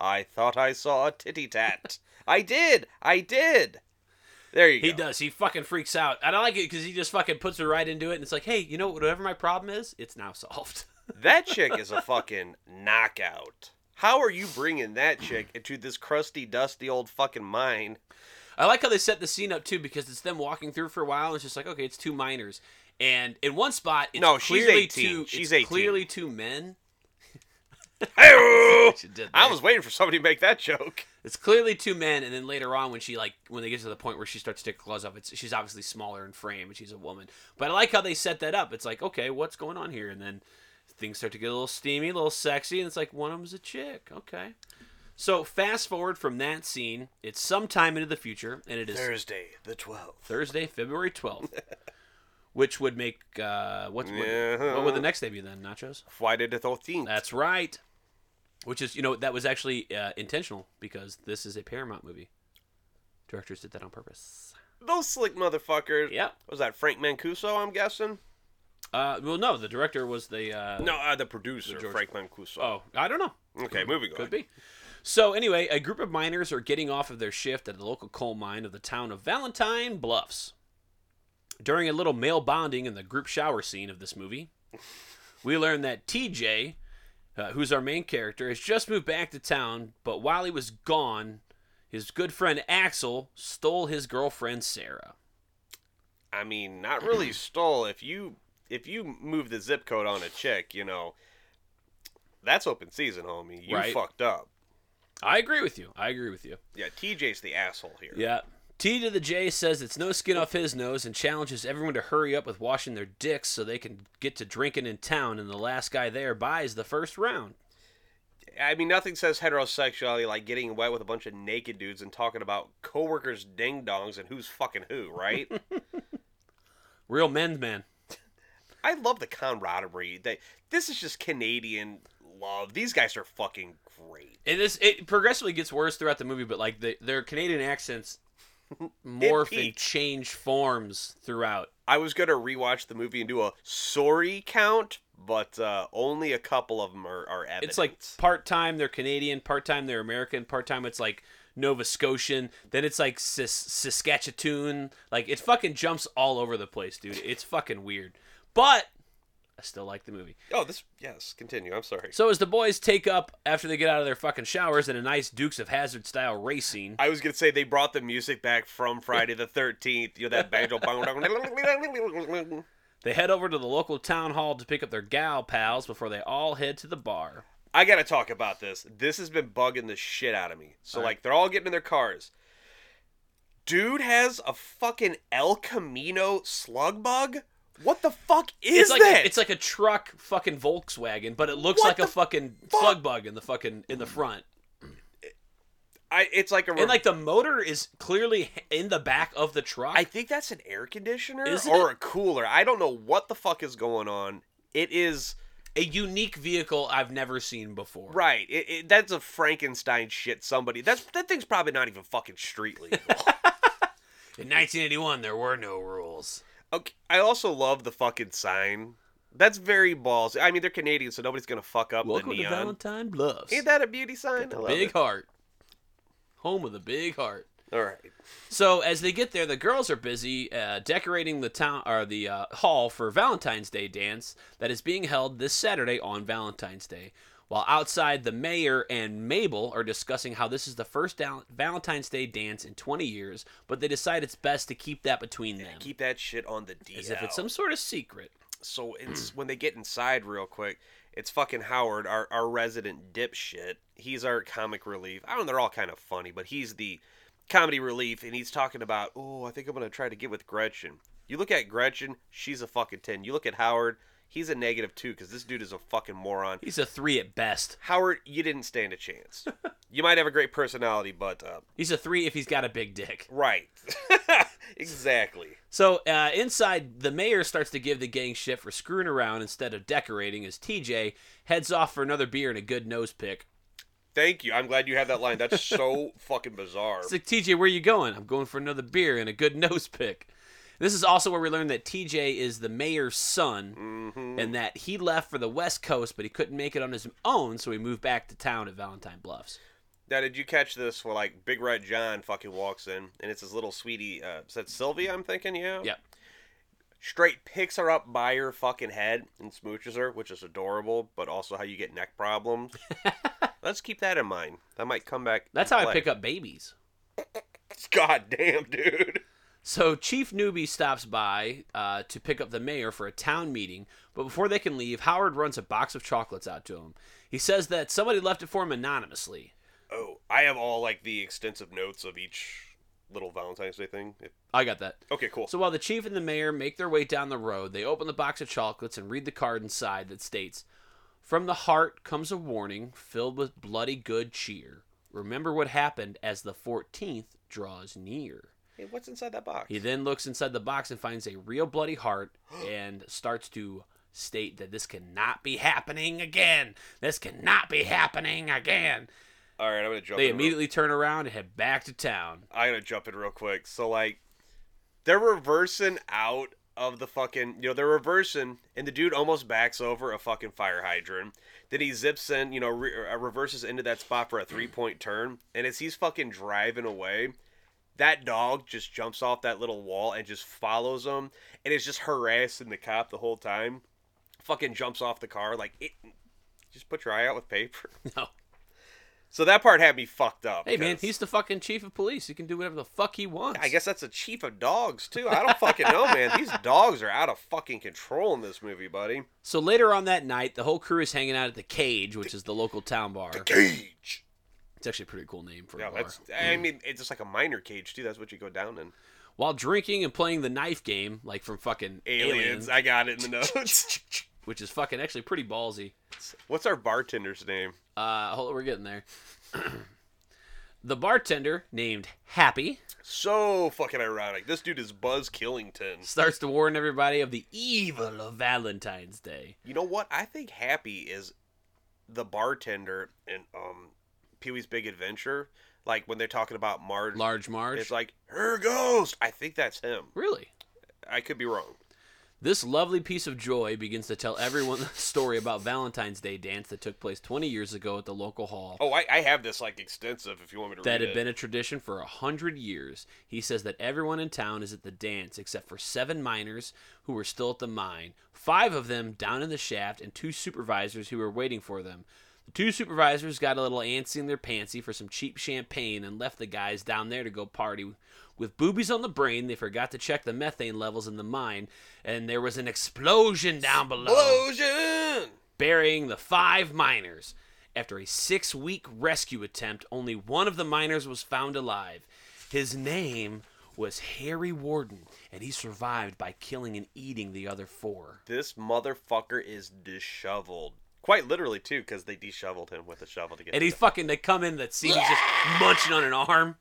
I thought I saw a titty tat. I did. I did. There you He go. does. He fucking freaks out. I don't like it because he just fucking puts her right into it, and it's like, hey, you know, whatever my problem is, it's now solved. That chick is a fucking knockout. How are you bringing that chick into this crusty, dusty old fucking mine? I like how they set the scene up too because it's them walking through for a while. And it's just like, okay, it's two minors, and in one spot, it's No, she's clearly 18. two. She's it's 18. clearly two men. Hey-oh! She did I that. was waiting for somebody to make that joke. It's clearly two men, and then later on, when she like when they get to the point where she starts to take her clothes off, it's she's obviously smaller in frame and she's a woman. But I like how they set that up. It's like, okay, what's going on here? And then things start to get a little steamy, a little sexy, and it's like one of them's a chick. Okay. So fast forward from that scene, it's sometime into the future, and it is Thursday, the 12th. Thursday, February twelfth, which would make uh, what's what, what would the next day be then? Nachos. Friday the 13th. That's right. Which is, you know, that was actually uh, intentional because this is a Paramount movie. Directors did that on purpose. Those slick motherfuckers. Yep. Was that Frank Mancuso, I'm guessing? Uh, well, no, the director was the. Uh, No, uh, the producer, George- Frank Mancuso. Oh, I don't know. okay, moving on. Could be. So anyway, a group of miners are getting off of their shift at the local coal mine of the town of Valentine Bluffs. During a little male bonding in the group shower scene of this movie, we learn that TJ, uh, who's our main character, has just moved back to town, but while he was gone, his good friend Axel stole his girlfriend Sarah. I mean, not really stole. If you if you move the zip code on a chick, you know, that's open season, homie. You Right. fucked up. I agree with you. I agree with you. Yeah, TJ's the asshole here. Yeah. T to the J says it's no skin off his nose and challenges everyone to hurry up with washing their dicks so they can get to drinking in town, and the last guy there buys the first round. I mean, nothing says heterosexuality like getting wet with a bunch of naked dudes and talking about coworkers' ding dongs and who's fucking who, right? Real men's man. I love the camaraderie. They, this is just Canadian love. These guys are fucking great. And this it progressively gets worse throughout the movie, but like the, their Canadian accents morph and peaks. change forms throughout. I was gonna rewatch the movie and do a sorry count, but uh, only a couple of them are, are evident. It's like part time they're Canadian, part time they're American, part time it's like Nova Scotian, then it's like Sis- Saskatchewan. Like it fucking jumps all over the place, dude. It's fucking weird. But I still like the movie. oh, this yes. Continue. I'm sorry. So as the boys take up after they get out of their fucking showers in a nice Dukes of Hazard style race scene. I was gonna say they brought the music back from Friday the Thirteenth. You know that banjo. bong- They head over to the local town hall to pick up their gal pals before they all head to the bar. I gotta talk about this. This has been bugging the shit out of me. So like they're all getting in their cars. Dude has a fucking El Camino slug bug. What the fuck is It's like that? A, it's like a truck fucking Volkswagen, but it looks What like a the fucking slug bug in the fucking in the front. I, it's like a And like the motor is clearly in the back of the truck. I think that's an air conditioner Isn't or a cooler. I don't know what the fuck is going on. It is a unique vehicle I've never seen before. right. It, it, that's a Frankenstein shit. Somebody that's that thing's probably not even fucking street legal. In 1981, there were no rules. okay. I also love the fucking sign. That's very ballsy. I mean, they're Canadian, so nobody's gonna fuck up Welcome the to neon. Valentine Bluffs. Ain't that a beauty sign? I love big it. heart. Home of the big heart. All right. So as they get there, the girls are busy uh, decorating the town or the uh, hall for Valentine's Day dance that is being held this Saturday on Valentine's Day. While outside, the mayor and Mabel are discussing how this is the first val- Valentine's Day dance in 20 years, but they decide it's best to keep that between them, Keep that shit on the DL. as if it's some sort of secret. so it's when they get inside real quick it's fucking howard our, our resident dipshit he's our comic relief i don't know they're all kind of funny but he's the comedy relief and he's talking about oh i think i'm gonna try to get with gretchen you look at gretchen she's a fucking 10 you look at howard he's a negative 2 because this dude is a fucking moron He's a three at best. howard you didn't stand a chance you might have a great personality but uh, He's a three if he's got a big dick. right exactly So uh, inside, the mayor starts to give the gang shit for screwing around instead of decorating as TJ heads off for another beer and a good nose pick. thank you i'm glad you have that line that's so fucking bizarre It's like, TJ, where you going? I'm going for another beer and a good nose pick. This is also where we learned that TJ is the mayor's son Mm-hmm. and that he left for the West Coast, but he couldn't make it on his own, so he moved back to town at Valentine Bluffs. Now, did you catch this where like Big Red John fucking walks in and it's his little sweetie? Uh, is that Sylvia? I'm thinking, yeah. Yep. Straight picks her up by her fucking head and smooches her, which is adorable, but also how you get neck problems. Let's keep that in mind. That might come back. That's how I pick up babies. God damn, dude. So Chief Newby stops by uh, to pick up the mayor for a town meeting, but before they can leave, Howard runs a box of chocolates out to him. He says that somebody left it for him anonymously. Oh, I have all like the extensive notes of each little Valentine's Day thing. If- I got that. Okay, cool. So while the chief and the mayor make their way down the road, they open the box of chocolates and read the card inside that states, "From the heart comes a warning filled with bloody good cheer. Remember what happened as the 14th draws near." hey, what's inside that box? He then looks inside the box and finds a real bloody heart and starts to state that this cannot be happening again. This cannot be happening again. All right, I'm gonna jump. They in real- immediately turn around and head back to town. I gotta jump in real quick. So like, they're reversing out of the fucking, you know, they're reversing, and the dude almost backs over a fucking fire hydrant. Then he zips in, you know, re- uh, reverses into that spot for a three point turn, and as he's fucking driving away. That dog just jumps off that little wall and just follows him, and is just harassing the cop the whole time. Fucking jumps off the car like it. Just put your eye out with paper. No. So that part had me fucked up. Hey man, 'cause- he's the fucking chief of police. He can do whatever the fuck he wants. I guess that's a chief of dogs too. I don't fucking know, man. These dogs are out of fucking control in this movie, buddy. So later on that night, the whole crew is hanging out at the Cage, which is the local town bar. Cage. It's actually a pretty cool name for Yeah, a bar. that's. I mean, it's just like a minor cage too. That's what you go down in. While drinking and playing the knife game, like from fucking Aliens. Aliens, I got it in the notes. which is fucking actually pretty ballsy. What's our bartender's name? Uh, hold on, we're getting there. the bartender, named Happy, So fucking ironic. This dude is Buzz Killington. starts to warn everybody of the evil of Valentine's Day. You know what? I think Happy is the bartender in um Pee Wee's Big Adventure. Like when they're talking about Marge, Large Marge. it's like her ghost. I think that's him. really? I could be wrong. This lovely piece of joy begins to tell everyone the story about Valentine's Day dance that took place 20 years ago at the local hall. Oh, I, I have this like extensive. If you want me to that read had it. been a tradition for a hundred years. He says that everyone in town is at the dance except for seven miners who were still at the mine, five of them down in the shaft, and two supervisors who were waiting for them. The two supervisors got a little antsy in their pantsy for some cheap champagne and left the guys down there to go party. With boobies on the brain, they forgot to check the methane levels in the mine, and there was an explosion down below Explosion! burying the five miners. After a six week rescue attempt, only one of the miners was found alive. His name was Harry Warden, and he survived by killing and eating the other four. This motherfucker is disheveled. Quite literally too, because they disheveled him with a shovel to get. And he the- fucking, they come in, that scene, he's just munching on an arm.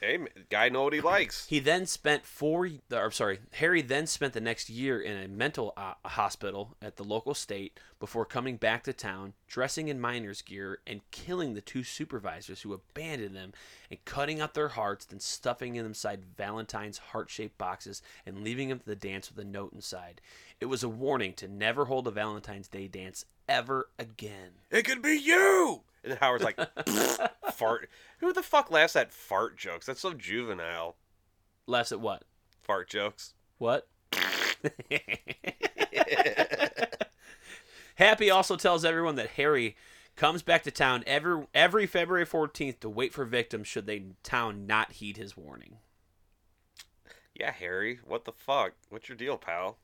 hey, man, guy know what he likes. He then spent four. Or, I'm sorry. Harry then spent the next year in a mental uh, hospital at the local state before coming back to town, dressing in miner's gear and killing the two supervisors who abandoned them, and cutting out their hearts, then stuffing them inside Valentine's heart-shaped boxes and leaving them to the dance with a note inside. It was a warning to never hold a Valentine's Day dance ever again. It could be you. And then Howard's like, fart. Who the fuck laughs at fart jokes? That's so juvenile. Laughs at what? Fart jokes. What? Happy also tells everyone that Harry comes back to town every every February 14th to wait for victims should they town not heed his warning. Yeah, Harry. What the fuck? What's your deal, pal?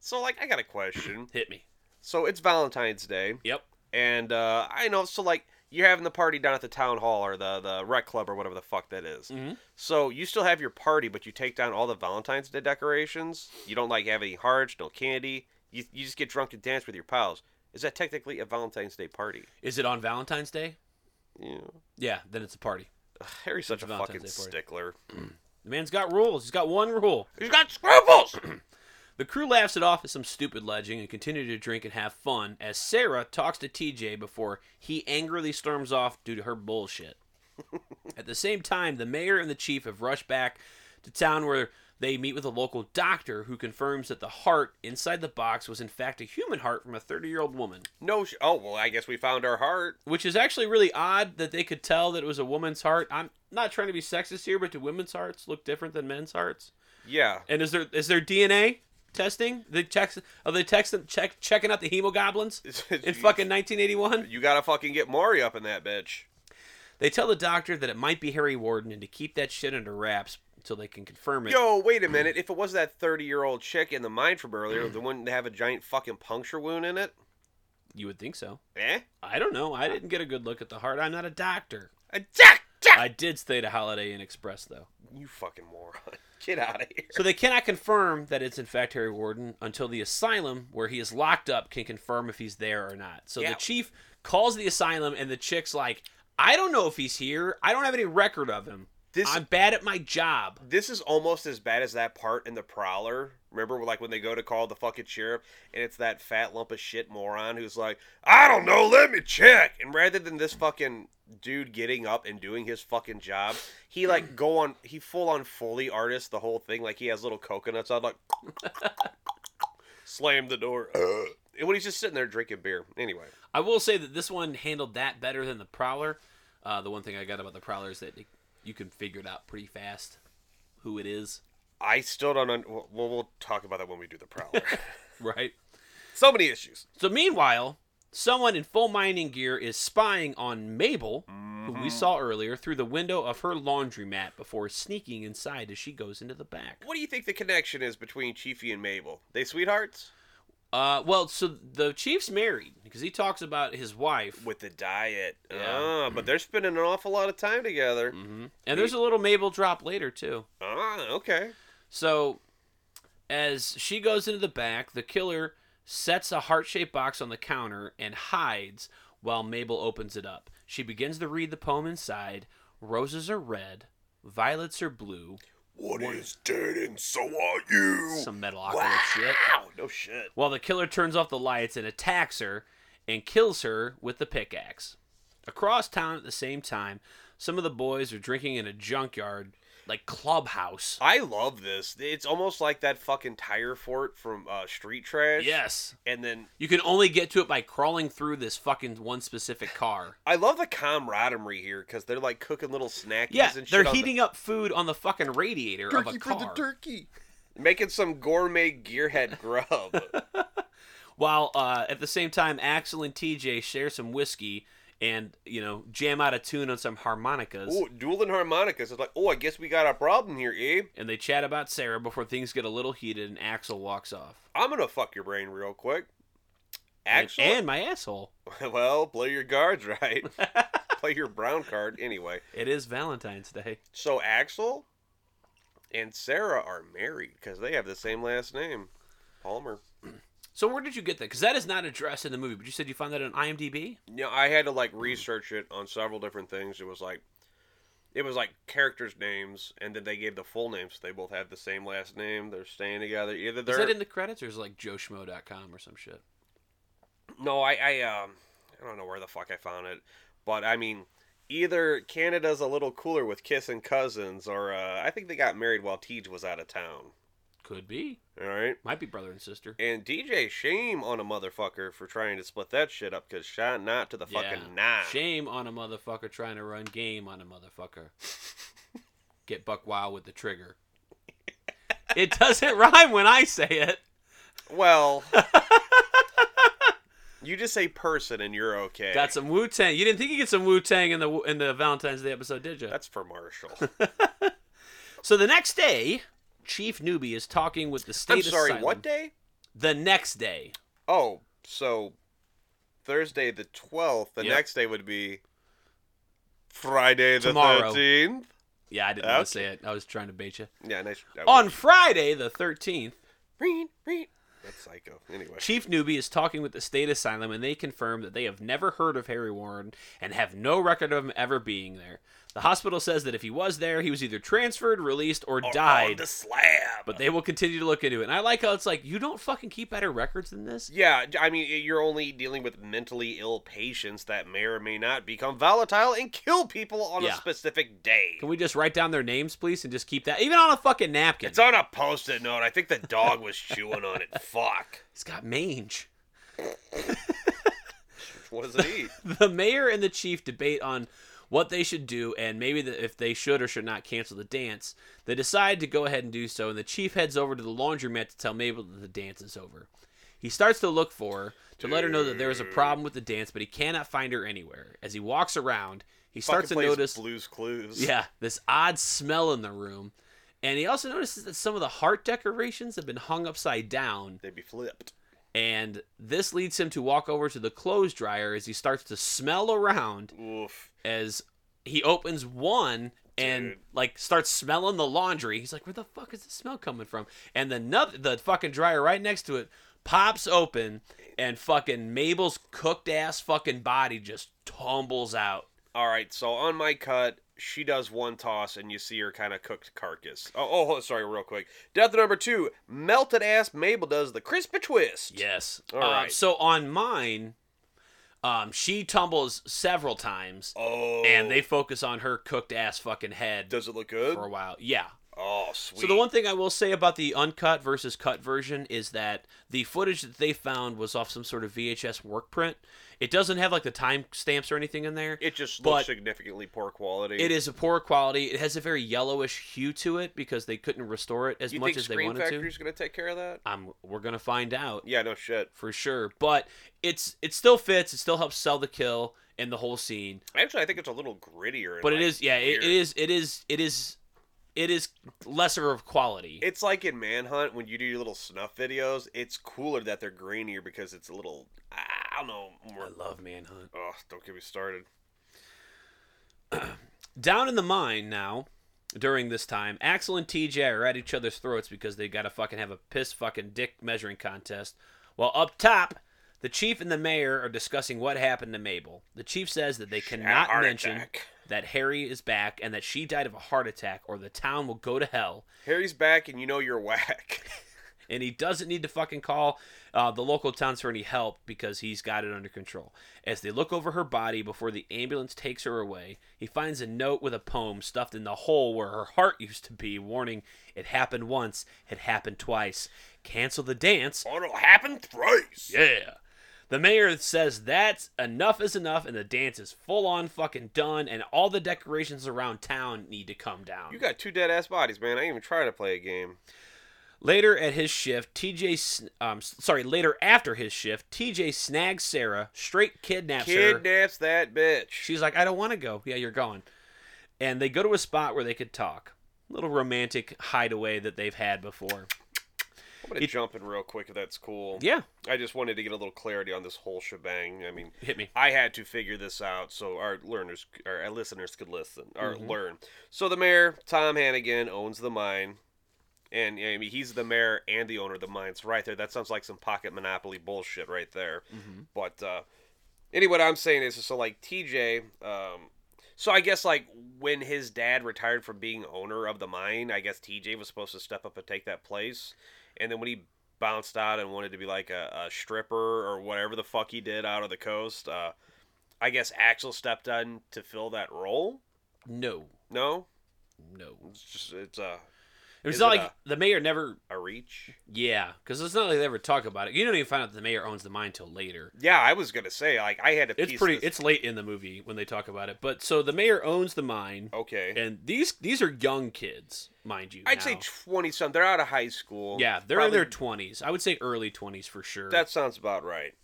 So like, I got a question. Hit me. So it's Valentine's Day. Yep. and uh, I know so like you're having the party down at the town hall or the the rec club or whatever the fuck that is. Mhm. So you still have your party, but you take down all the Valentine's Day decorations. You don't like have any hearts, no candy. You you just get drunk and dance with your pals. Is that technically a Valentine's Day party? Is it on Valentine's Day? Yeah. Yeah, then it's a party. Ugh, Harry's such It's a a fucking Valentine's Day party. stickler. The man's got rules. He's got one rule. He's got scruples. The crew laughs it off as some stupid legend and continue to drink and have fun as Sarah talks to TJ before he angrily storms off due to her bullshit. At the same time, the mayor and the chief have rushed back to town where They meet with a local doctor who confirms that the heart inside the box was in fact a human heart from a 30 year old woman, No. Sh- oh well, I guess we found our heart. which is actually really odd that they could tell that it was a woman's heart. I'm not trying to be sexist here, but do women's hearts look different than men's hearts? Yeah. And is there is there DNA testing? The checks are they texting check checking out the hemogoblins in fucking 1981? You gotta fucking get Maury up in that bitch. They tell the doctor that it might be Harry Warden and to keep that shit under wraps until they can confirm it. Yo, wait a minute. If it was that 30 year old chick in the mine from earlier, then wouldn't they have a giant fucking puncture wound in it? You would think so. Eh? I don't know. I didn't get a good look at the heart. I'm not a doctor. A jack, jack! I did stay at a Holiday Inn Express though. You fucking moron. Get out of here. So they cannot confirm that it's in fact Harry Warden until the asylum where he is locked up can confirm if he's there or not. So Yeah. the chief calls the asylum and the chick's like, "I don't know if he's here. I don't have any record of him. This- I'm bad at my job." This is almost as bad as that part in The Prowler. Remember, like, when they go to call the fucking sheriff, and it's that fat lump of shit moron who's like, I don't know, let me check. And rather than this fucking dude getting up and doing his fucking job, he, like, go on, he full on Foley artist the whole thing. Like, he has little coconuts on, like, slam the door. and when he's just sitting there drinking beer. Anyway. I will say that this one handled that better than the Prowler. Uh, the one thing I got about the Prowler is that it- you can figure it out pretty fast who it is, I still don't. Un- well, we'll talk about that when we do the prowler. right? so many issues. So meanwhile, someone in full mining gear is spying on Mabel, who Mm-hmm. we saw earlier, through the window of her laundromat before sneaking inside as she goes into the back. What do you think the connection is between Chiefy and Mabel? They sweethearts Uh, well, so the chief's married because he talks about his wife, with the diet. Yeah. Ah, but they're spending an awful lot of time together. Mm-hmm. and there's a little Mabel drop later too. Ah, okay. So, as she goes into the back, the killer sets a heart shaped box on the counter and hides while Mabel opens it up. She begins to read the poem inside. Roses are red, violets are blue. What is dead and so are you? Some metal awkward shit. Ow, no shit. While the killer turns off the lights and attacks her and kills her with the pickaxe. Across town at the same time, some of the boys are drinking in a junkyard, like clubhouse. I love this. It's almost like that fucking tire fort from uh, Street Trash. Yes. And then You can only get to it by crawling through this fucking one specific car. I love the camaraderie here because they're like cooking little snackies Yeah, and shit. they're on the- heating up food on the fucking radiator of a car. turkey. making some gourmet gearhead grub. While uh, at the same time, Axel and TJ share some whiskey and you know jam out a tune on some harmonicas, Oh, dueling harmonicas. It's like, oh, I guess we got a problem here, eh? and they chat about Sarah before things get a little heated and Axel walks off. I'm gonna fuck your brain real quick. And- Actually, and, my asshole. well, play your guards right. play your brown card anyway. It is Valentine's Day. So Axel and Sarah are married because they have the same last name, Palmer. So where did you get that? Because that is not addressed in the movie. But you said you found that on IMDb. Yeah, I had to like research it on several different things. It was like, it was like characters' names, and then they gave the full names. they both have the same last name. They're staying together. Either Is they're that in the credits or is it like joeschmo.com or some shit? No, I, I, um, I don't know where the fuck I found it, but I mean, either Canada's a little cooler with kissing cousins, or uh, I think they got married while Tej was out of town. Could be. All right, Might be brother and sister. and DJ shame on a motherfucker for trying to split that shit up because shot not to the fucking nine. Shame on a motherfucker trying to run game on a motherfucker. Get buck wild with the trigger. It doesn't rhyme when I say it. Well, you just say person and you're okay. Got some Wu Tang. You didn't think you get some Wu Tang in the in the Valentine's Day episode, did you? that's for Marshall. So the next day, Chief Newbie is talking with the state. I'm sorry. asylum. What day? The next day. Oh, so Thursday the twelfth. The Yep. next day would be Friday the Tomorrow. thirteenth. Yeah, I didn't want Okay. to say it. I was trying to bait you. Yeah, nice. that On was- Friday, the 13th, Reen, reen. That's psycho. Anyway, Chief Newby is talking with the state asylum and they confirm that they have never heard of Harry Warren and have no record of him ever being there. The hospital says that if he was there, he was either transferred, released, Oh, or died. the slab. But they will continue to look into it. And I like how it's like, you don't fucking keep better records than this? yeah, I mean, you're only dealing with mentally ill patients that may or may not become volatile and kill people on Yeah. a specific day. Can we just write down their names, please, and just keep that? Even on a fucking napkin. It's on a post-it note. I think the dog was chewing on it. Fuck. He's got mange. What does it eat? The mayor and the chief debate on what they should do and maybe the, if they should or should not cancel the dance. They decide to go ahead and do so, and the chief heads over to the laundromat to tell Mabel that the dance is over. He starts to look for her to let her know that there is a problem with the dance, but he cannot find her anywhere. As he walks around, he Fucking starts to plays notice Blue's Clues. Yeah, this odd smell in the room. And he also notices that some of the heart decorations have been hung upside down, They'd be flipped. and this leads him to walk over to the clothes dryer as he starts to smell around Oof. as he opens one and Dude. like starts smelling the laundry. He's like, "Where the fuck is the smell coming from?" And the nut, the fucking dryer right next to it pops open and fucking Mabel's cooked ass fucking body just tumbles out. All right, so on my cut, she does one toss, and you see her kind of cooked carcass. Oh, oh, hold- sorry, real quick. Death number two, melted ass Mabel does the crispy twist. Yes. All Um, right. So on mine, um, she tumbles several times, Oh. and they focus on her cooked ass fucking head does it look good? for a while. Yeah. Oh, sweet. So the one thing I will say about the uncut versus cut version is that the footage that they found was off some sort of VHS work print. It doesn't have like the time stamps or anything in there. it just but- looks significantly poor quality. It is a poor quality. It has a very yellowish hue to it because they couldn't restore it as You much think as they Screen wanted Factory's to. gonna take care of that? Um, we're gonna find out. Yeah, no shit. for sure. But it's it still fits. It still helps sell the kill and the whole scene. Actually, I think it's a little grittier. and, But it like, is yeah. It, it weird. is it is it is it is lesser of quality. It's like in Manhunt when you do your little snuff videos. It's cooler that they're grainier because it's a little. I don't know. More, I love Manhunt. oh, don't get me started. Down in the mine now. During this time, Axel and TJ are at each other's throats because they gotta fucking have a piss fucking dick measuring contest. While up top, the chief and the mayor are discussing what happened to Mabel. The chief says that they cannot heart mention attack. that Harry is back and that she died of a heart attack or the town will go to hell. Harry's back, and you know you're whack. and he doesn't need to fucking call uh, the local towns for any help because he's got it under control. As they look over her body before the ambulance takes her away, he finds a note with a poem stuffed in the hole where her heart used to be, warning, It happened once, it happened twice. Cancel the dance. It'll happen thrice. Yeah. The mayor says that's enough is enough, and the dance is full on fucking done, and all the decorations around town need to come down. You got two dead ass bodies, man. I ain't even trying to play a game. Later at his shift, TJ, sn- um, s- sorry, later after his shift, TJ snags Sarah, straight kidnaps her. Kidnaps that bitch. She's like, I don't want to go. Yeah, you're going. And they go to a spot where they could talk. Little romantic hideaway that they've had before. I'm gonna jump in real quick if that's cool. Yeah, I just wanted to get a little clarity on this whole shebang. I mean, hit me. I had to figure this out so our learners, our listeners could listen or Mm-hmm. learn. So the mayor, Tom Hannigan, owns the mine, and I mean he's the mayor and the owner of the mine. So right there, that sounds like some pocket monopoly bullshit right there. But uh, anyway, what I'm saying is so like TJ. Um, so I guess like when his dad retired from being owner of the mine, I guess TJ was supposed to step up and take that place. And then when he bounced out and wanted to be like a, a stripper or whatever the fuck he did out of the coast, uh, I guess Axel stepped in to fill that role. No, No, no. it's just it's a It's Is not it like the mayor never. a reach. Yeah, because it's not like they ever talk about it. You don't even find out that the mayor owns the mine till later. Yeah, I was gonna say like I had to. It's piece pretty. This. It's late in the movie when they talk about it. But so the mayor owns the mine, okay. and these these are young kids, mind you. I'd say now. twenty something. They're out of high school. Yeah, they're in Probably- their twenties. I would say early twenties for sure. That sounds about right.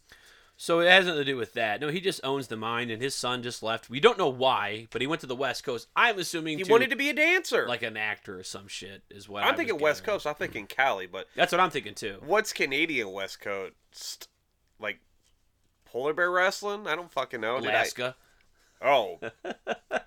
so it has nothing to do with that. No, he just owns the mine, and his son just left. We don't know why, but he went to the West Coast. I'm assuming He wanted to be a dancer. like an actor or some shit is what I I'm was thinking West gathering. Coast. I'm thinking Cali, but That's what I'm thinking too. what's Canadian West Coast? Like polar bear wrestling? I don't fucking know. Did I- Alaska. Oh,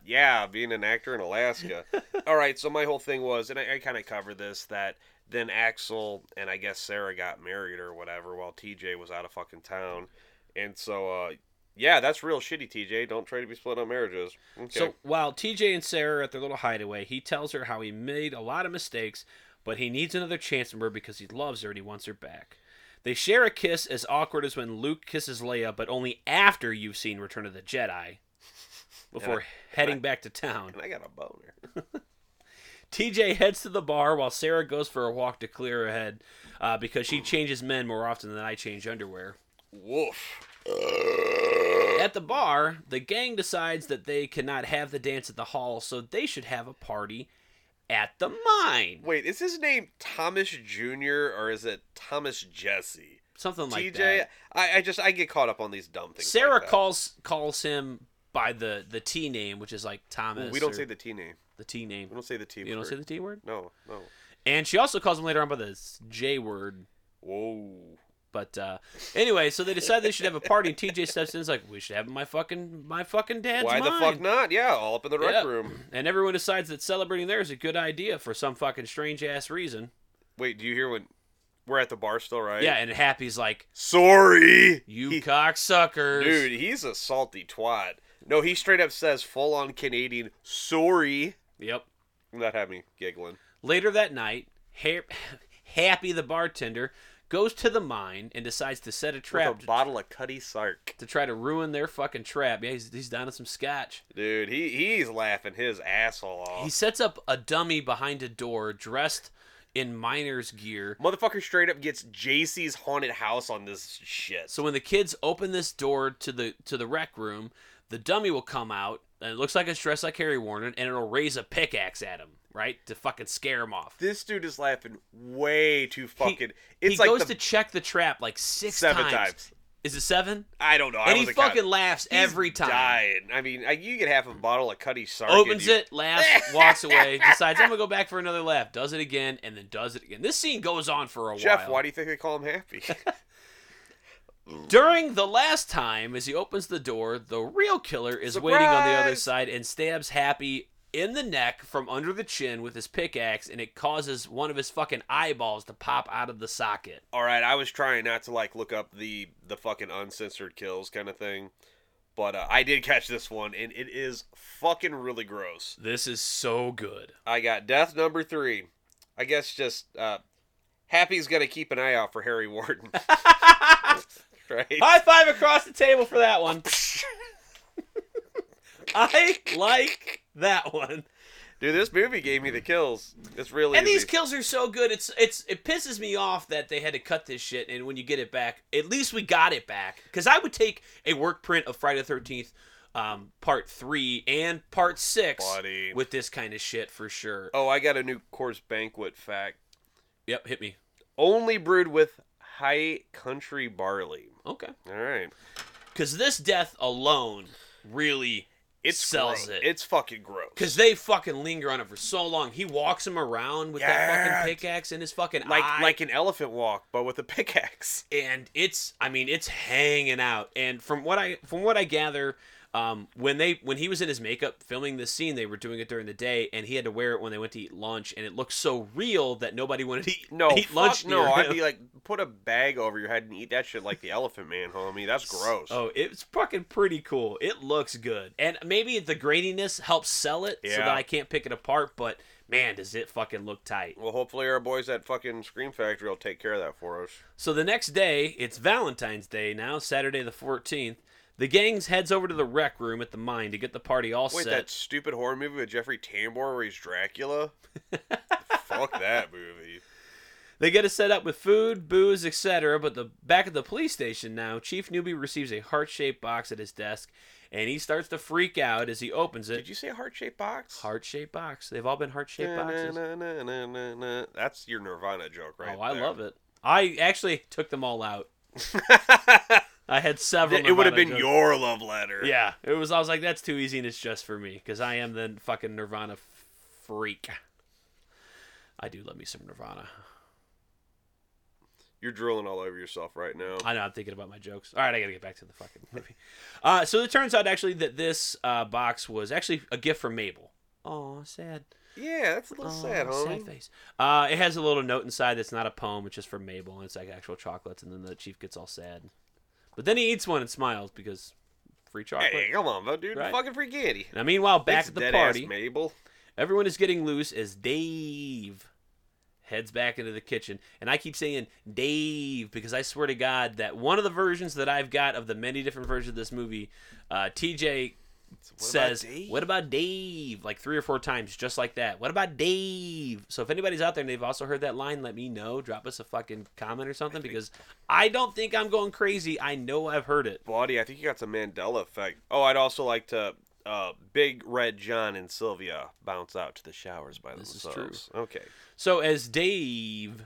yeah, being an actor in Alaska. All right, so my whole thing was, and I, I kind of covered this, that then Axel and I guess Sarah got married or whatever while TJ was out of fucking town. And so uh, Yeah, that's real shitty, TJ. Don't try to be split on marriages. Okay. So while TJ and Sarah are at their little hideaway, he tells her how he made a lot of mistakes, but he needs another chance from her because he loves her and he wants her back. They share a kiss as awkward as when Luke kisses Leia, but only after you've seen Return of the Jedi before heading back to town. and I got a boner. TJ heads to the bar while Sarah goes for a walk to clear her head uh, because she changes men more often than I change underwear. Woof. At the bar, the gang decides that they cannot have the dance at the hall, so they should have a party at the mine. Wait, is his name Thomas Jr. or is it Thomas Jesse? Something like TJ, that. I, I just I get caught up on these dumb things. Sarah like that. calls calls him by the the T name, which is like Thomas. We don't or say the T name. the T name. We don't say the T. You don't word. say the T word. No, no. And she also calls him later on by the s- J word. Whoa. But uh, anyway, so they decide they should have a party, and TJ steps in. and is like, we should have my fucking my fucking dad's Why the mine." fuck not? Yeah, all up in the rec Yeah. room. And everyone decides that celebrating there is a good idea for some fucking strange ass reason. Wait, do you hear when we're at the bar still, right? Yeah, and Happy's like, Sorry. "You He- cocksuckers, Dude, he's a salty twat. No, he straight up says full on Canadian sorry. Yep. That had me giggling. Later that night, ha- Happy the bartender goes to the mine and decides to set a trap With a to, bottle of Cuddy Sark. to try to ruin their fucking trap. Yeah, he's, he's down to some scotch. Dude, he he's laughing his asshole off. He sets up a dummy behind a door dressed in miner's gear. Motherfucker straight up gets JC's haunted house on this shit. So when the kids open this door to the to the rec room, the dummy will come out and it looks like it's dressed like Harry Warden, and it'll raise a pickaxe at him, right, to fucking scare him off. this dude is laughing way too He- fucking. it's he like goes the, to check the trap like six Seven times. Is it seven? I don't know. I and he wasn't counting. fucking laughs He's every time. Dying. I mean, I, you get half a bottle of Cuddy Sark. and Opens you- it, laughs, walks away, decides I'm gonna go back for another laugh, does it again, and then does it again. This scene goes on for a Jeff, while. why do you think they call him Happy? During the last time, as he opens the door, the real killer is waiting on the other Surprise! side and stabs Happy in the neck from under the chin with his pickaxe, and it causes one of his fucking eyeballs to pop out of the socket. All right, I was trying not to like look up the the fucking uncensored kills kind of thing, but uh, I did catch this one, and it is fucking really gross. This is so good. I got death number three. I guess just uh, Happy's gonna keep an eye out for Harry Warden. right? High five across the table for that one. I like that one. Dude, this movie gave me the kills. It's really And these easy. kills are so good. It's it's it pisses me off that they had to cut this shit. And when you get it back, at least we got it back. Because I would take a work print of Friday the Thirteenth, um, Part Three and Part Six Buddy. with this kind of shit for sure. Oh, I got a new course banquet fact. Yep, hit me. Only brewed with high country barley. Okay. All right. Because this death alone really It sells it. It's fucking gross. Because they fucking linger on it for so long. He walks him around with that Yeah. fucking pickaxe in his fucking like eye. like an elephant walk, but with a pickaxe. and it's I mean it's hanging out. And from what I from what I gather, um, when they when he was in his makeup filming this scene, they were doing it during the day, and he had to wear it when they went to eat lunch, and it looked so real that nobody wanted to eat, No, eat fuck lunch. no. near I'd him. be like, put a bag over your head and eat that shit like the elephant man, homie. That's gross. Oh, it's fucking pretty cool. It looks good, and maybe the graininess helps sell it so Yeah. that I can't pick it apart. But man, does it fucking look tight. Well, hopefully our boys at fucking Scream Factory will take care of that for us. So the next day, it's Valentine's Day now, Saturday the 14th. The gangs heads over to the rec room at the mine to get the party all Wait, set. that stupid horror movie with Jeffrey Tambor where he's Dracula? Fuck that movie. They get it set up with food, booze, etc. But the back at the police station now, Chief Newby receives a heart-shaped box at his desk, and he starts to freak out as he opens Did it. you say heart shaped box? Heart-shaped box. They've all been heart-shaped boxes. Na-na-na-na-na-na. That's your Nirvana joke, right? oh, I love it. I actually took them all out. I had several. it would have Nirvana been jokes. your love letter. Yeah, it was. I was like, that's too easy, and it's just for me because I am the fucking Nirvana f- freak. I do love me some Nirvana. You're drooling all over yourself right now. I know I'm thinking about my jokes. All right, I gotta get back to the fucking movie. Uh, so it turns out actually that this uh, box was actually a gift from Mabel. Oh, sad. Yeah, that's a little sad, Aw, homie. Oh, face. Uh, it has a little note inside that's not a poem, it's just for Mabel, and it's like actual chocolates, and then the chief gets all sad. But then he eats one and smiles because free chocolate. Hey, come on, bro, dude. Right. Fucking free candy. Now, meanwhile, back Thanks, at the dead party, ass Mabel. everyone is getting loose as Dave heads back into the kitchen. And I keep saying Dave because I swear to God that one of the versions that I've got of the many different versions of this movie, uh, TJ about says, Dave? What about Dave? Like three or four times, just like that. What about Dave? So if anybody's out there and they've also heard that line, let me know. Drop us a fucking comment or something because I don't think I'm going crazy. I know I've heard it. Buddy, I think you got some Mandela effect. Oh, I'd also like to. Uh, Big Red John and Sylvia bounce out to the showers by This is true. themselves. Okay. So as Dave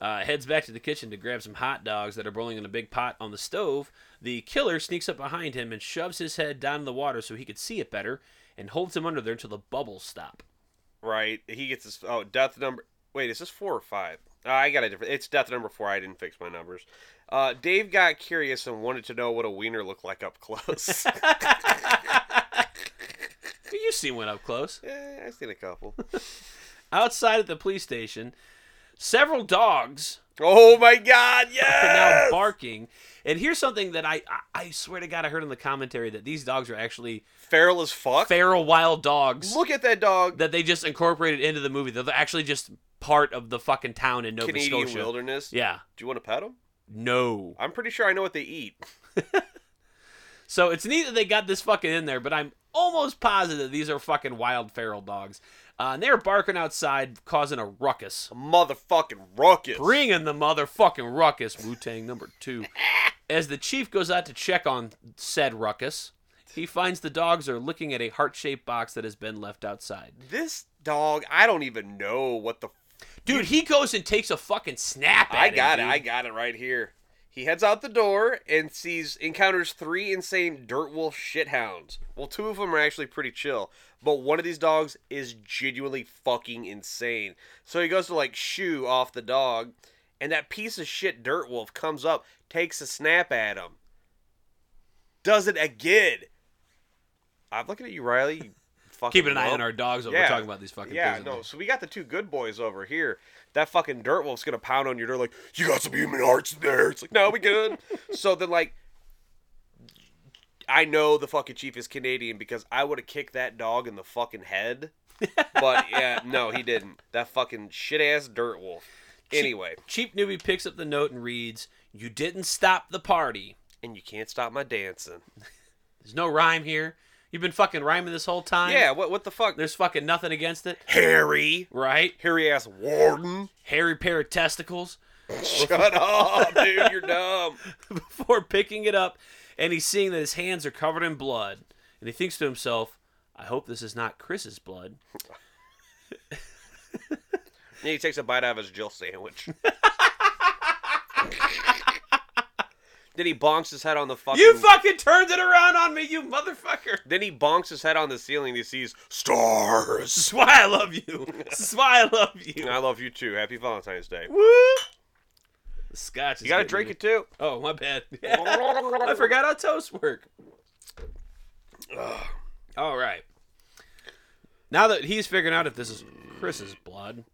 uh, heads back to the kitchen to grab some hot dogs that are boiling in a big pot on the stove, the killer sneaks up behind him and shoves his head down in the water so he could see it better, and holds him under there until the bubbles stop. Right. He gets his. Oh, death number. Wait, is this four or five? Uh, I got a different. It's death number four. I didn't fix my numbers. Uh, Dave got curious and wanted to know what a wiener looked like up close. You've seen one up close. yeah, Eh, I've seen a couple. Outside at the police station, several dogs Oh my God! are now Yes. barking. And here's something that I, I I swear to God I heard in the commentary that these dogs are actually Feral as fuck. feral wild dogs Look at that dog. that they just incorporated into the movie. They're actually just part of the fucking town in Nova Canadian Scotia. wilderness. Yeah. Do you want to pet him? No. I'm pretty sure I know what they eat. So it's neat that they got this fucking in there, but I'm almost positive these are fucking wild feral dogs. Uh, and they're barking outside, causing a ruckus. A motherfucking ruckus. Bringing the motherfucking ruckus, Wu Tang number two. As the chief goes out to check on said ruckus, he finds the dogs are looking at a heart shaped box that has been left outside. This dog, I don't even know what the. Dude, he goes and takes a fucking snap at I got him, it. dude. I got it right here. He heads out the door and sees encounters three insane dirt wolf shithounds. Well, two of them are actually pretty chill, but one of these dogs is genuinely fucking insane. So he goes to like shoo off the dog, and that piece of shit dirt wolf comes up, takes a snap at him, does it again. I'm looking at you, Riley. You fucking Keeping an eye lump. on our dogs while we're Yeah. talking about these fucking Yeah, prison no. dogs. So we got the two good boys over here. That fucking dirt wolf's gonna pound on your door like, You got some human hearts in there. It's like, no, we good. so then, like, I know the fucking chief is Canadian because I would have kicked that dog in the fucking head. But yeah, no, he didn't. That fucking shit ass dirt wolf. Anyway, Cheap newbie picks up the note and reads, You didn't stop the party. and you can't stop my dancing. There's no rhyme here. You've been fucking rhyming this whole time. Yeah, what what the fuck? There's fucking nothing against it, Harry, right? hairy ass warden. Hairy pair of testicles. Shut up, dude. You're dumb. Before picking it up, and he's seeing that his hands are covered in blood, and he thinks to himself, "I hope this is not Chris's blood." And he takes a bite out of his Jill sandwich. then he bonks his head on the fucking. You fucking turned it around on me, you motherfucker. then he bonks his head on the ceiling. And he sees Stars. This is why I love you. This is why I love you. I love you too. Happy Valentine's Day. Woo! The scotch. Is You gotta getting drink me. it too. Oh, my bad. I forgot how toasts work. All right. Now that he's figuring out if this is Chris's blood,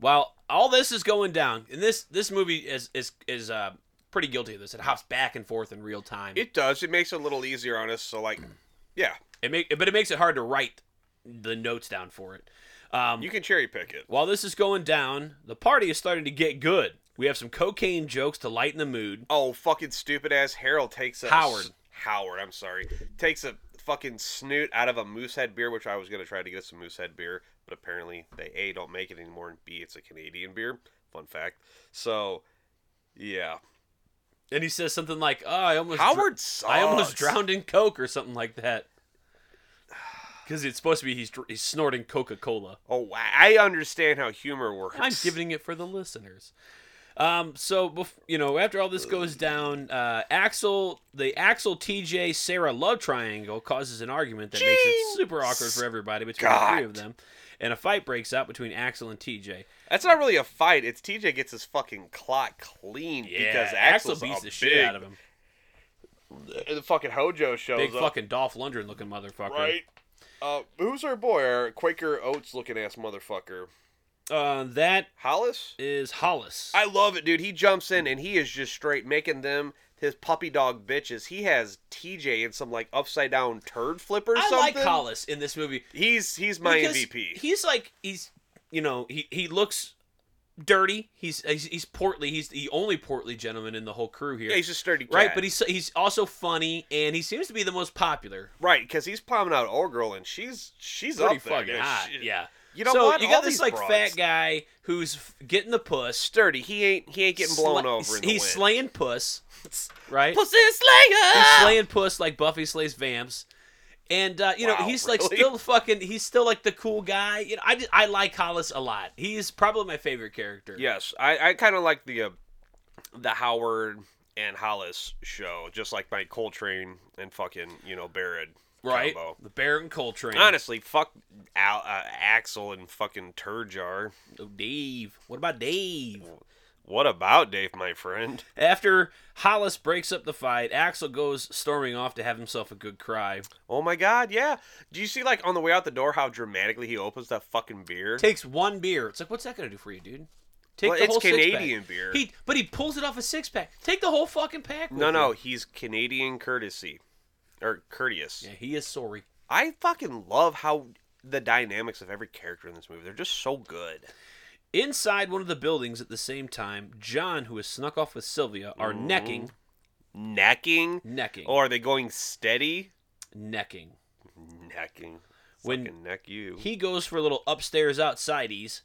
while all this is going down, and this this movie is is is uh, pretty guilty of this. It hops back and forth in real time. It, It does. It makes it a little easier on us. So like, yeah, make, but it makes it hard to write the notes down for it. Um, you can cherry pick it. while this is going down, the party is starting to get good. We have some cocaine jokes to lighten the mood. Oh, fucking stupid ass Harold takes a Howard. Howard, I'm sorry, takes a fucking snoot out of a moosehead beer, which I was gonna try to get us some moosehead beer, but apparently they a don't make it anymore, and b it's a Canadian beer. Fun fact. So, yeah, And he says something like, "Oh, I almost dr- Howard sucks. I almost drowned in coke or something like that. Because it's supposed to be he's, he's snorting Coca Cola. Oh, wow. I understand how humor works. I'm giving it for the listeners. Um, so bef- you know, after all this goes down, uh, Axel, the Axel TJ Sarah love triangle causes an argument that makes it super awkward for everybody between the three of them, and a fight breaks out between Axel and TJ. That's not really a fight. It's TJ gets his fucking clock clean because Axel Axel's beats a the big, shit out of him. The fucking Hojo shows Big up. fucking Dolph Lundgren looking motherfucker. right? Uh, who's our boy? Our Quaker Oats looking ass motherfucker. Uh, that Hollis? is Hollis. I love it, dude. He jumps in and he is just straight making them his puppy dog bitches. He has TJ in some like upside down turd flip or I something. like Hollis in this movie. He's he's my because MVP. He's like he's you know he he looks dirty. He's he's, he's portly. He's the only portly gentleman in the whole crew here. yeah, he's a sturdy cat. right, but he's he's also funny and he seems to be the most popular. right because he's palming out old girl and she's she's Pretty up there. fucking dude. hot. She- yeah. You know so what? you All got this these like broads- fat guy who's f- getting the puss. sturdy. He ain't he ain't getting blown sla- over in the wind. he's slaying puss, right? Pussy slayer. He's slaying puss like Buffy slays vamps. And uh, you know Wow, he's like really? still fucking he's still like the cool guy. You know I, just- I like Hollis a lot. He is probably my favorite character. Yes, I, I kind of like the uh, the Howard and Hollis show, just like my Coltrane and fucking you know Barrett right. combo. The Baron Coltrane. Honestly, fuck Al, uh, Axel and fucking Turjar. Oh, Dave. What about Dave? What about Dave, my friend? After Hollis breaks up the fight, Axel goes storming off to have himself a good cry. Oh my god, yeah. Do you see like on the way out the door how dramatically he opens that fucking beer? Takes one beer. It's like what's that gonna do for you, dude? Take Well, the it's whole Canadian six-pack. beer. He but he pulls it off a six pack. Take the whole fucking pack. no, with no, you. he's Canadian courtesy or courteous. Yeah, he is sorry. I fucking love how the dynamics of every character in this movie. They're just so good. Inside one of the buildings at the same time, John, who has snuck off with Sylvia, are necking, Necking necking, Or Oh, are they going steady? necking. Necking. When- Fucking neck you. He goes for a little upstairs outsideys,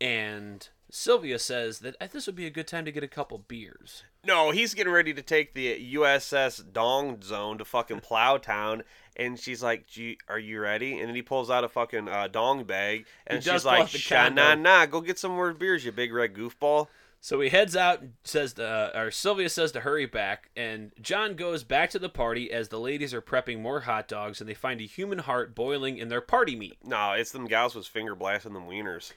and Sylvia says that "I- this would be a good time to get a couple beers. no, he's getting ready to take the USS Dong Zone to fucking Plowtown, and she's like, Gee, "Are you ready?" And then he pulls out a fucking uh, dong bag, and does she's pull like, out the "Sha condom. nah nah, go get some more beers, you big red goofball." So he heads out and says, to, uh, or Sylvia says to hurry back, and John goes back to the party as the ladies are prepping more hot dogs and they find a human heart boiling in their party meat. No, it's them gals was finger blasting them wieners.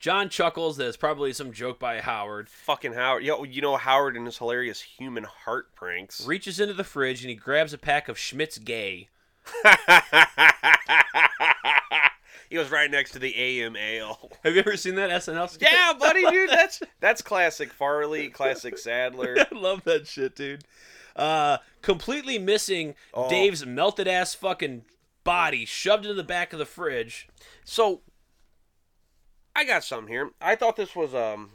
John chuckles that it's probably some joke by Howard, Fucking Howard, yo, you know Howard and his hilarious human heart pranks. reaches into the fridge and he grabs a pack of Schmidt's Gay. he was right next to the AM ale. Have you ever seen that SNL skit? Yeah, buddy, dude, that's that's classic Farley, classic Sadler. I love that shit, dude. Uh, completely missing Oh. Dave's melted ass fucking body shoved into the back of the fridge. So I got some here. I thought this was um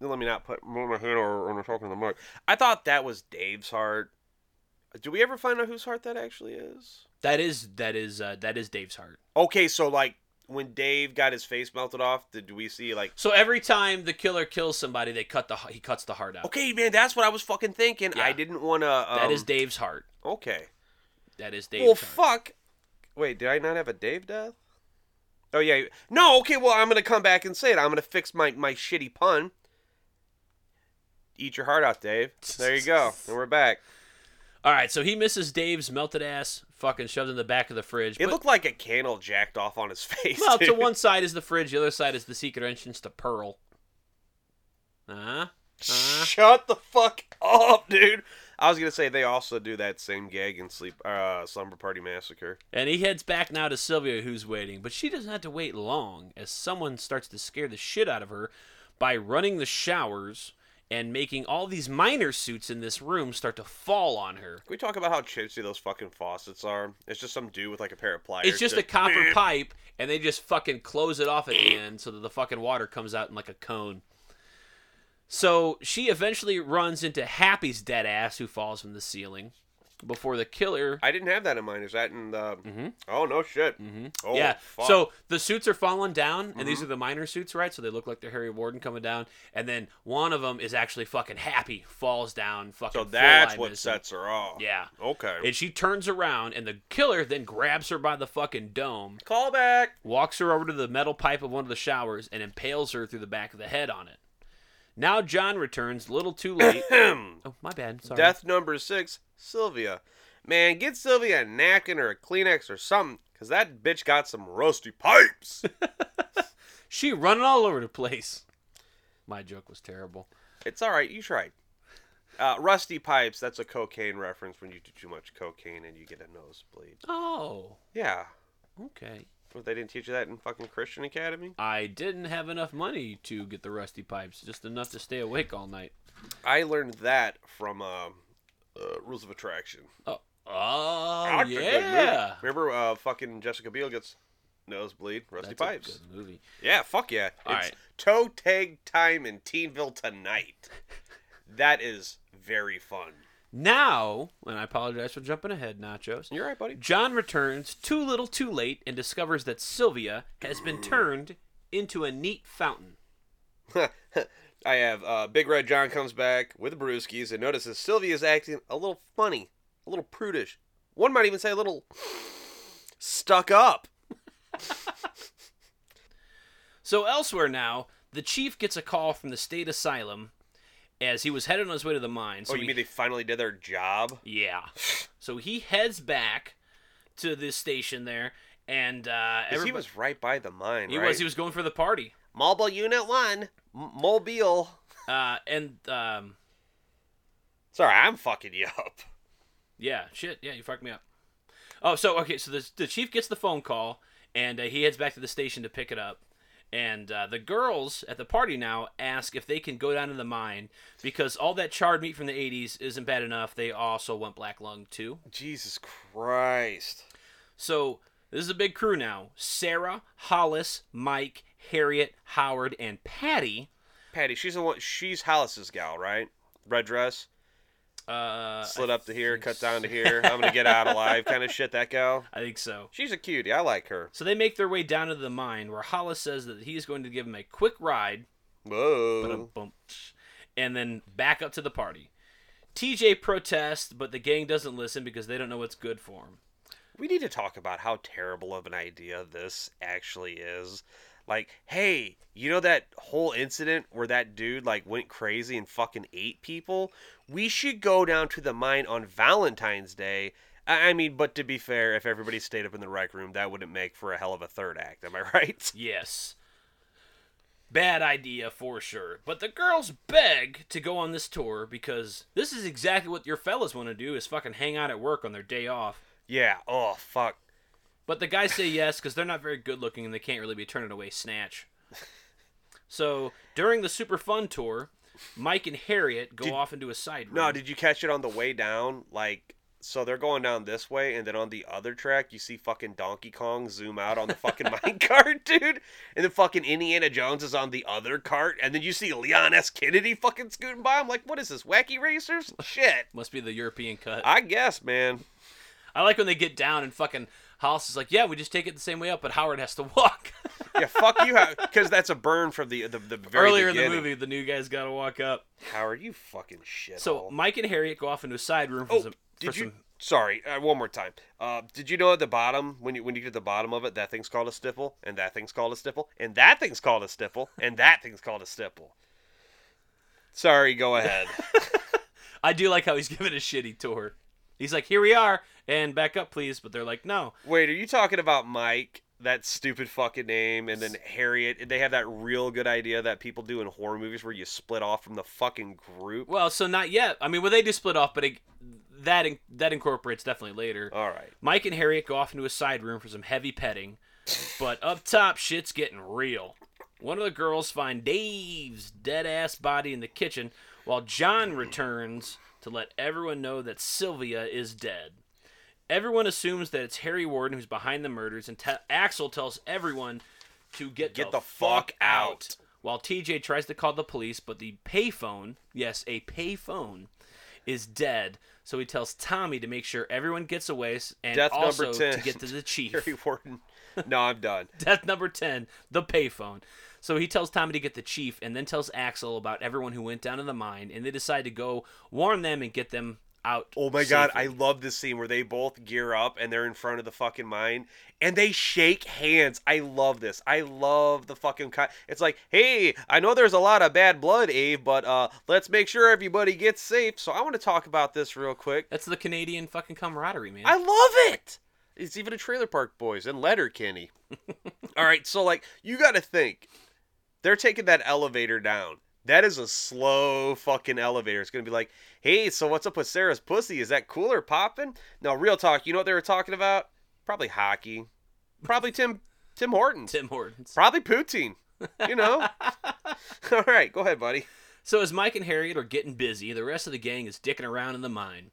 let me not put my hand or on talking to the mic. I thought that was Dave's heart. Do we ever find out whose heart that actually is? That is that is uh, that is Dave's heart. Okay, so like when Dave got his face melted off, did we see like So every time the killer kills somebody, they cut the he cuts the heart out. Okay, man, that's what I was fucking thinking. Yeah. I didn't want to um, That is Dave's heart. Okay. That is Dave's well, heart. fuck. Wait, did I not have a Dave death? Oh yeah. No. Okay. Well, I'm gonna come back and say it. I'm gonna fix my my shitty pun. Eat your heart out, Dave. There you go. And we're back. All right, so he misses Dave's melted ass fucking shoved in the back of the fridge. It but- looked like a candle jacked off on his face. well, to dude. one side is the fridge, the other side is the secret entrance to Pearl. Uh-huh. Huh? Shut the fuck up, dude. I was gonna say they also do that same gag in Sleep uh, Slumber Party Massacre. And he heads back now to Sylvia, who's waiting, but she doesn't have to wait long as someone starts to scare the shit out of her by running the showers and making all these minor suits in this room start to fall on her. Can we talk about how chintzy those fucking faucets are? It's just some dude with like a pair of pliers. It's just a copper pipe, and they just fucking close it off at the end so that the fucking water comes out in like a cone. So she eventually runs into Happy's dead ass, who falls from the ceiling before the killer I didn't have that in mind. Is that in the? Oh no shit. Oh Mm-hmm. yeah. Fuck. Mm-hmm. So the suits are falling down, and these are the minor suits, right? So they look like they're Harry Warden coming down, and then one of them is actually fucking happy, falls down, fucking. So full that's eye what missing. sets her off. Yeah. Okay. And she turns around, and the killer then grabs her by the fucking dome, Call back. walks her over to the metal pipe of one of the showers, and impales her through the back of the head on it. Now John returns, a little too late. oh, my bad. Sorry. Death number six, Sylvia. Man, get Sylvia a napkin or a Kleenex or something, because that bitch got some rusty pipes. She running all over the place. My joke was terrible. it's all right. You tried. Uh, rusty pipes, that's a cocaine reference when you do too much cocaine and you get a nosebleed. Oh, Yeah. okay. Well, they didn't teach you that in fucking Christian Academy. I didn't have enough money to get the rusty pipes, just enough to stay awake all night. I learned that from um, uh, Rules of Attraction. Oh, oh That's a good movie. yeah. Remember, uh, fucking Jessica Biel gets nosebleed, rusty That's pipes. a good movie. Yeah, fuck yeah. All it's right. toe tag time in Teenville tonight. that is very fun. Now, and I apologize for jumping ahead, Nachos. You're right, buddy. John returns too little too late and discovers that Sylvia has been turned into a neat fountain. I have uh, Big Red John comes back with the brewskis and notices Sylvia's acting a little funny, a little prudish. One might even say a little stuck up. So elsewhere now, the chief gets a call from the state asylum as he was headed on his way to the mine. So oh, you he- mean they finally did their job? Yeah. So he heads back to this station there, and uh, 'Cause everybo- he was right by the mine. he right? was he was going for the party, Mobile Unit One, M- Mobile. uh, and um, Sorry, I'm fucking you up. yeah, shit, yeah, you fucked me up. Oh, so okay, so the the chief gets the phone call, and uh, he heads back to the station to pick it up. And uh, the girls at the party now ask if they can go down to the mine because all that charred meat from the 80s isn't bad enough. They also want black lung too. Jesus Christ. So this is a big crew now. Sarah, Hollis, Mike, Harriet, Howard, and Patty. Patty, she's the one. She's Hollis's gal, right? Red dress, Uh, slid up to here, cut down to here. I'm gonna get out alive, kind of shit. That gal. I think so. She's a cutie. I like her. So they make their way down to the mine where Hollis says that he's going to give him a quick ride, Whoa. Ba-dum-bum, and then back up to the party. TJ protests, but the gang doesn't listen because they don't know what's good for him. We need to talk about how terrible of an idea this actually is. Like, hey, you know that whole incident where that dude like went crazy and fucking ate people? We should go down to the mine on Valentine's Day. I I mean, but to be fair, if everybody stayed up in the rec room, that wouldn't make for a hell of a third act. Am I right? Yes. Bad idea for sure. But the girls beg to go on this tour because this is exactly what your fellas want to do is fucking hang out at work on their day off. Yeah. Oh fuck. But the guys say yes because they're not very good looking and they can't really be turning away snatch. So during the super fun tour, Mike and Harriet go off into a side room. No, did you catch it on the way down? Like, so they're going down this way, and then on the other track, you see fucking Donkey Kong zoom out on the fucking minecart, dude. And then fucking Indiana Jones is on the other cart, and then you see Leon S. Kennedy fucking scooting by. I'm like, what is this, Wacky Racers? Shit. Must be the European cut. I, I guess, man. like when they get down and fucking Hollis is like, yeah, we just take it the same way up, but Howard has to walk. Yeah, fuck you, because that's a burn from the the, the very Earlier in the beginning. movie, the new guy's got to walk up. Howard, you fucking shit. So Mike and Harriet go off into a side room for Oh, some. did for you? some- Sorry, uh, one more time. Uh, did you know at the bottom when you when you get to the bottom of it, that thing's called a stipple, and that thing's called a stipple, and that thing's called a stipple, and that thing's called a stipple. Sorry, go ahead. I do like how he's giving a shitty tour. He's like, here we are, and back up, please. But they're like, no. Wait, are you talking about Mike? That stupid fucking name, and then Harriet. They have that real good idea that people do in horror movies where you split off from the fucking group. Well, so not yet. I mean, well, they do split off, but it, that in, that incorporates definitely later. All right. Mike and Harriet go off into a side room for some heavy petting, but up top, shit's getting real. One of the girls find Dave's dead ass body in the kitchen, while John returns to let everyone know that Sylvia is dead. Everyone assumes that it's Harry Warden who's behind the murders, and te- Axel tells everyone to get, Get the fuck out. While TJ tries to call the police, but the payphone, yes, a payphone, is dead. So he tells Tommy to make sure everyone gets away s- and Death number also 10. to get to the chief. Harry Warden. No, I'm done. Death number 10, the payphone. So he tells Tommy to get the chief and then tells Axel about everyone who went down to the mine and they decide to go warn them and get them out. Oh my god, I safely. love this scene where they both gear up and they're in front of the fucking mine and they shake hands. I love this. I love the fucking co- It's like, "Hey, I know there's a lot of bad blood, Ave, but uh let's make sure everybody gets safe." So I want to talk about this real quick. That's the Canadian fucking camaraderie, man. I love it. It's even a Trailer Park Boys and Letterkenny. All right, so like you got to think they're taking that elevator down. That is a slow fucking elevator. It's gonna be like, hey, so what's up with Sarah's pussy? Is that cooler popping? No, real talk. You know what they were talking about? Probably hockey. Probably Tim Tim Hortons. Tim Hortons. Probably poutine. You know. All right, go ahead, buddy. So as Mike and Harriet are getting busy, the rest of the gang is dicking around in the mine.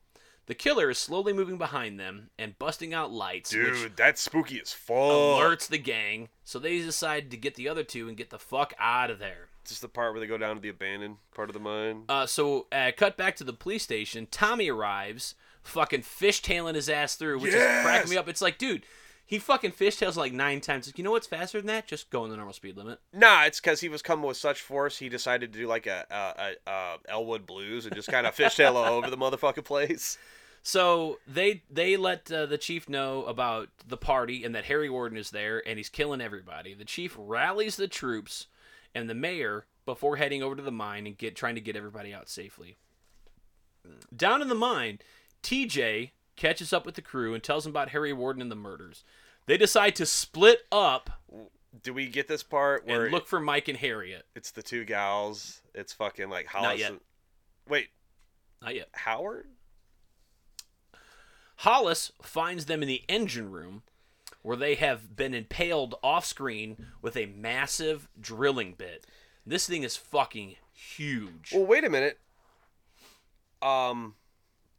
The killer is slowly moving behind them and busting out lights, which that's spooky as fuck. alerts the gang. So they decide to get the other two and get the fuck out of there. Just the part where they go down to the abandoned part of the mine. Uh, so uh, cut back to the police station. Tommy arrives, fucking fishtailing his ass through, which is cracking Yes! me up. It's like, dude, he fucking fishtails like nine times. Like, you know what's faster than that? Just go in the normal speed limit. Nah, it's because he was coming with such force, he decided to do like a, a, a, a Elwood Blues and just kind of fishtail all over the motherfucking place. So they they let uh, the chief know about the party and that Harry Warden is there and he's killing everybody. The chief rallies the troops and the mayor before heading over to the mine and get trying to get everybody out safely. Down in the mine, TJ catches up with the crew and tells them about Harry Warden and the murders. They decide to split up Do we get this part and where look for Mike and Harriet. it's the two gals? It's fucking like Hollis. yet. And... Wait, Not yet. Howard? Hollis finds them in the engine room where they have been impaled off screen with a massive drilling bit. This thing is fucking huge. Well, wait a minute. Um,